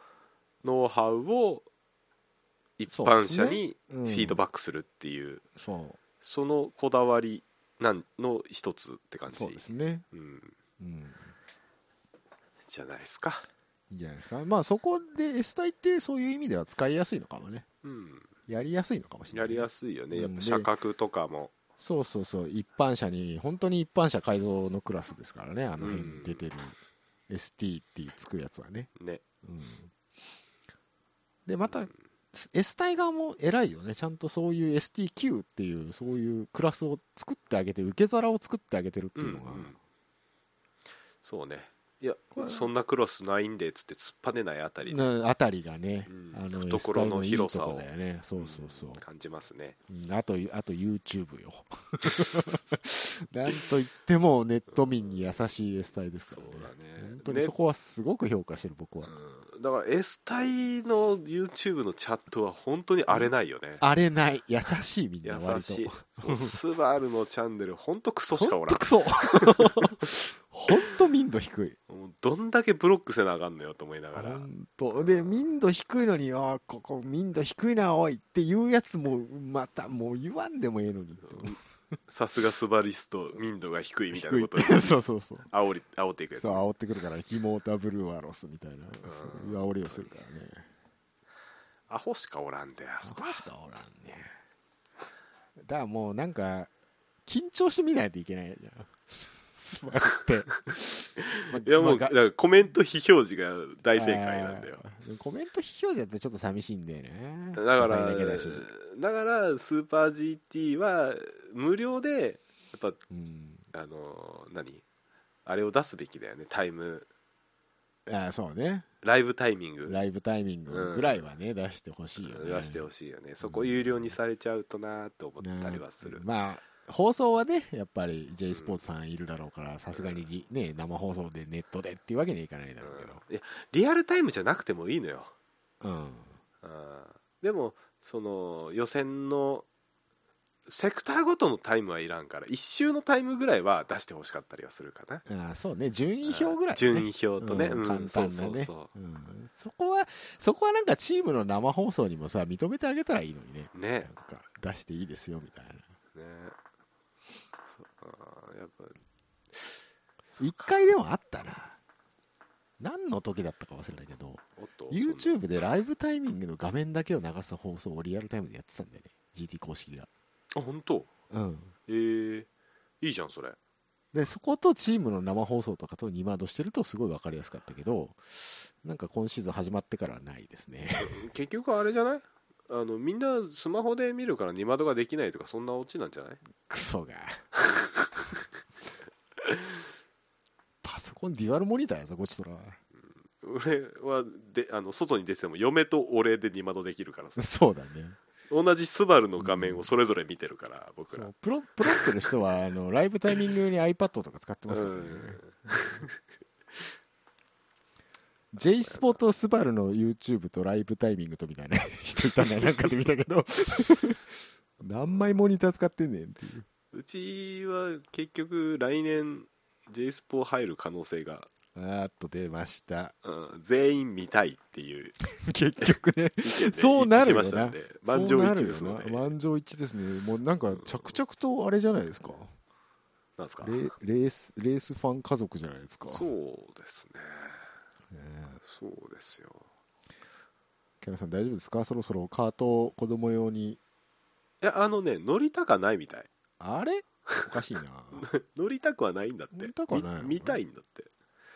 Speaker 1: ノウハウを一
Speaker 2: そう
Speaker 1: 般
Speaker 2: ですね
Speaker 1: 者に
Speaker 2: フ
Speaker 1: フィードバックするっていう、
Speaker 2: そう
Speaker 1: そのこだわりなんの一つって感じ
Speaker 2: そうですね、
Speaker 1: うん、
Speaker 2: うん、
Speaker 1: じゃないですか、
Speaker 2: いいんじゃないですか、まあ、そこで S 体ってそういう意味では使いやすいのかもね、
Speaker 1: うん、
Speaker 2: やりやすいのかもしれな
Speaker 1: や
Speaker 2: い、
Speaker 1: りやすいよねやっ
Speaker 2: うん
Speaker 1: ぱ
Speaker 2: で
Speaker 1: 社格とかも、
Speaker 2: そうそうそう、一般車に、本当に一般車改造のクラスですからね、あの辺に出てる ST ってつくやつはね。
Speaker 1: ね
Speaker 2: うん、で、ま
Speaker 1: う
Speaker 2: た
Speaker 1: ん
Speaker 2: S 体側も偉いよね。ちゃんとそういう STQ っていう、そういうクラスを作ってあげて、受け皿を作ってあげてるっていうのが、
Speaker 1: うんうんそうねいや
Speaker 2: これ
Speaker 1: そんなクロスないんでっつって突っぱねないあたり、
Speaker 2: なあたりがね、
Speaker 1: うん
Speaker 2: あの、
Speaker 1: 懐
Speaker 2: S 体
Speaker 1: の
Speaker 2: いいと
Speaker 1: 広さ
Speaker 2: こ
Speaker 1: を
Speaker 2: だよね。そうそうそう。
Speaker 1: 感じますね
Speaker 2: うんあと、あと YouTube よ。 なんといってもネット民に優しい S 体ですからね。
Speaker 1: そうだね
Speaker 2: 本当にそこはすごく評価してる、僕は。
Speaker 1: うんだから S 隊の YouTube のチャットは本当に荒れないよね。
Speaker 2: 荒れない。優しい、みん
Speaker 1: 優
Speaker 2: な、割と。
Speaker 1: しい。もうスバルのチャンネル本当クソしか
Speaker 2: ほ
Speaker 1: お
Speaker 2: ん
Speaker 1: ら
Speaker 2: と
Speaker 1: ん。
Speaker 2: クソ。 ほんと民度低い。
Speaker 1: もうどんだけブロックせなあかんのよと思いながら。
Speaker 2: 本当で民度低いのにあーここ民度低いなおいっていうやつもまたもう言わんでもええのにって
Speaker 1: さすがスバリスト、民度が低いみたい
Speaker 2: 低
Speaker 1: ないこ
Speaker 2: っ
Speaker 1: とを
Speaker 2: て そうそうそう
Speaker 1: 煽り煽っていくやつ
Speaker 2: そう。煽ってくるから「キモータブルワロス」みたいなそういう煽りをするからね
Speaker 1: アホしかおらんで、あそこ。
Speaker 2: しかおらんねだからもうなんか緊張してみないといけないじゃんスマホって
Speaker 1: いやもう、
Speaker 2: ま
Speaker 1: だ
Speaker 2: あ
Speaker 1: からコメント非表示が大正解なんだよ。
Speaker 2: あーコメント非表示だとちょっと寂しいんだよね
Speaker 1: だか
Speaker 2: 謝
Speaker 1: ら、
Speaker 2: 罪だけだし
Speaker 1: だからスーパー GT は無料で、やっぱ
Speaker 2: うん
Speaker 1: あのー何あれを出すべきだよねタイム
Speaker 2: ああそうね
Speaker 1: ライブタイミング
Speaker 2: ライブタイミングぐらいはね、出してほしいよね。
Speaker 1: 出してほしいよねそこ有料にされちゃうとなーって思ったりはする、
Speaker 2: ねまあ、放送はね、やっぱり J スポーツさんいるだろうから、さすがにりね、生放送でネットでっていうわけにはいかないだろうけど。
Speaker 1: うんいやリアルタイムじゃなくてもいいのよ、
Speaker 2: うん。
Speaker 1: うん、でもその予選のセクターごとのタイムはいらんから1周のタイムぐらいは出してほしかったりはするかな
Speaker 2: ああそうね、順位表ぐらい、ね。
Speaker 1: 順位表とね、
Speaker 2: うん
Speaker 1: うん
Speaker 2: 簡単なね
Speaker 1: そうそうそ
Speaker 2: うん。そこは、そこはなんかチームの生放送にもさ、認めてあげたらいいのにね。
Speaker 1: う
Speaker 2: なん
Speaker 1: ね
Speaker 2: か出していいですよみたいな。
Speaker 1: ねそうあーやっぱ
Speaker 2: 一回でもあったな。何の時だったか忘れたけど、
Speaker 1: おっと
Speaker 2: YouTube でライブタイミングの画面だけを流す放送をリアルタイムでやってたんだよね GT 公式が
Speaker 1: そんなあ本当
Speaker 2: うん
Speaker 1: えー、いいじゃんそれ
Speaker 2: でそことチームの生放送とかと2マードしてるとすごい分かりやすかったけどなんか今シーズン始まってからはないですね
Speaker 1: 結局あれじゃないあのみんなスマホで見るから二窓ができないとかそんなオチなんじゃない
Speaker 2: クソがパソコンデュアルモニターやぞこっちとらは
Speaker 1: 俺はであの外に出てても嫁と俺で二窓できるからさ
Speaker 2: そうだね
Speaker 1: 同じスバルの画面をそれぞれ見てるから僕
Speaker 2: そ
Speaker 1: ら
Speaker 2: うプロプロってる人はあのライブタイミング用に iPad とか使って
Speaker 1: う
Speaker 2: ますからね、
Speaker 1: ん
Speaker 2: J スポットスバルの YouTube とライブタイミングとみたいな 人いたな、なんかで見たけ ど、何枚モニター使ってんねんっていう。
Speaker 1: うちは結局来年 J スポ入る可能性が、
Speaker 2: あーっと出ました。
Speaker 1: うん、全員見たいっていう
Speaker 2: 結局ね、
Speaker 1: 意見で
Speaker 2: そうなるよな
Speaker 1: 一致しましたんで満場一致です
Speaker 2: そう
Speaker 1: の
Speaker 2: な
Speaker 1: で
Speaker 2: るよな満場一致ですね。もうなんか着々とあれじゃないですか。
Speaker 1: なんすか
Speaker 2: レレース、レースファン家族じゃないですか。
Speaker 1: そう
Speaker 2: ね
Speaker 1: ですね
Speaker 2: え。
Speaker 1: そうですよ
Speaker 2: キャラさん大丈夫ですかそろそろカートを子供用に
Speaker 1: いやあのね乗りたかないみたい
Speaker 2: あれおかし いな
Speaker 1: 乗りたくはないんだって
Speaker 2: 乗りたくはないのね
Speaker 1: み見たいんだって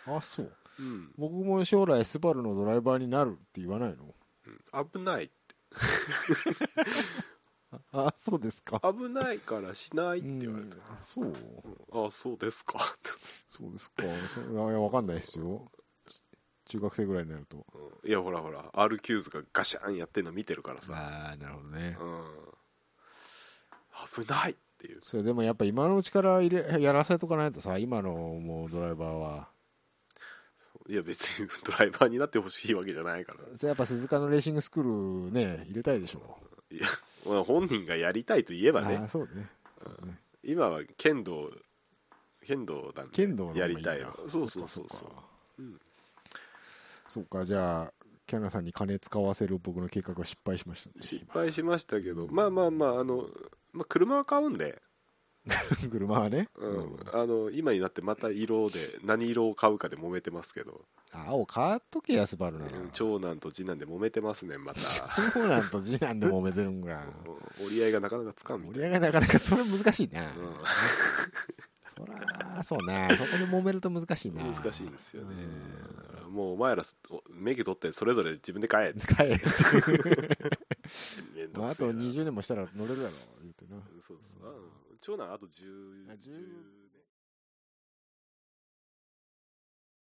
Speaker 2: あそう
Speaker 1: うん、
Speaker 2: 僕も将来スバルのドライバーになるって言わないの
Speaker 1: うん危ない
Speaker 2: ああそうですか
Speaker 1: 危ないからしないって言われて、
Speaker 2: うんあそう
Speaker 1: うんあそうですか
Speaker 2: そうですかそいやいやわかんないですよち中学生ぐらいになると
Speaker 1: うんいやほらほら R キューズがガシャンやってるの見てるからさ、
Speaker 2: ああなるほどね
Speaker 1: うん、危ないっていう
Speaker 2: それでもやっぱ今のうちから入れやらせとかないとさ今のもうドライバーはい
Speaker 1: や別にドライバーになってほしいわけじゃないから
Speaker 2: それやっぱ鈴鹿のレーシングスクールね入れたいでしょ
Speaker 1: いやまあ本人がやりたいと言えば
Speaker 2: あ
Speaker 1: ね
Speaker 2: ーそうねそうね
Speaker 1: 今は剣道剣道なんで
Speaker 2: 剣道の方が
Speaker 1: や
Speaker 2: いい
Speaker 1: り
Speaker 2: な
Speaker 1: たいのそうそうそう
Speaker 2: っか
Speaker 1: そ
Speaker 2: っ
Speaker 1: う
Speaker 2: か
Speaker 1: うん
Speaker 2: そうかじゃあキャナさんに金使わせる僕の計画は失敗しましたね
Speaker 1: 失敗しましたけどまあまあまああの、まあ、車は買うんで、
Speaker 2: 車はね、
Speaker 1: うん
Speaker 2: うん
Speaker 1: あの今になってまた色で何色を買うかで揉めてますけど、
Speaker 2: 青買っとけやスバルなら
Speaker 1: うん長男と次男で揉めてますね また
Speaker 2: 長男と次男で揉めてる んが
Speaker 1: うん折り合いがなかなかつかんみ
Speaker 2: 盛
Speaker 1: たい
Speaker 2: り上がりなかなかそれ難しいな、
Speaker 1: な、うん
Speaker 2: そらそうなそこで揉めると難しいな
Speaker 1: 難しいですよね
Speaker 2: うん
Speaker 1: だからもうお前らお免許取ってそれぞれ自分で買えって
Speaker 2: 帰る
Speaker 1: めんど
Speaker 2: まあ、
Speaker 1: く
Speaker 2: あ
Speaker 1: せえ
Speaker 2: と
Speaker 1: な
Speaker 2: 20年もしたら乗れるだろう言うてな
Speaker 1: そうそうあ長男あと10
Speaker 2: あ10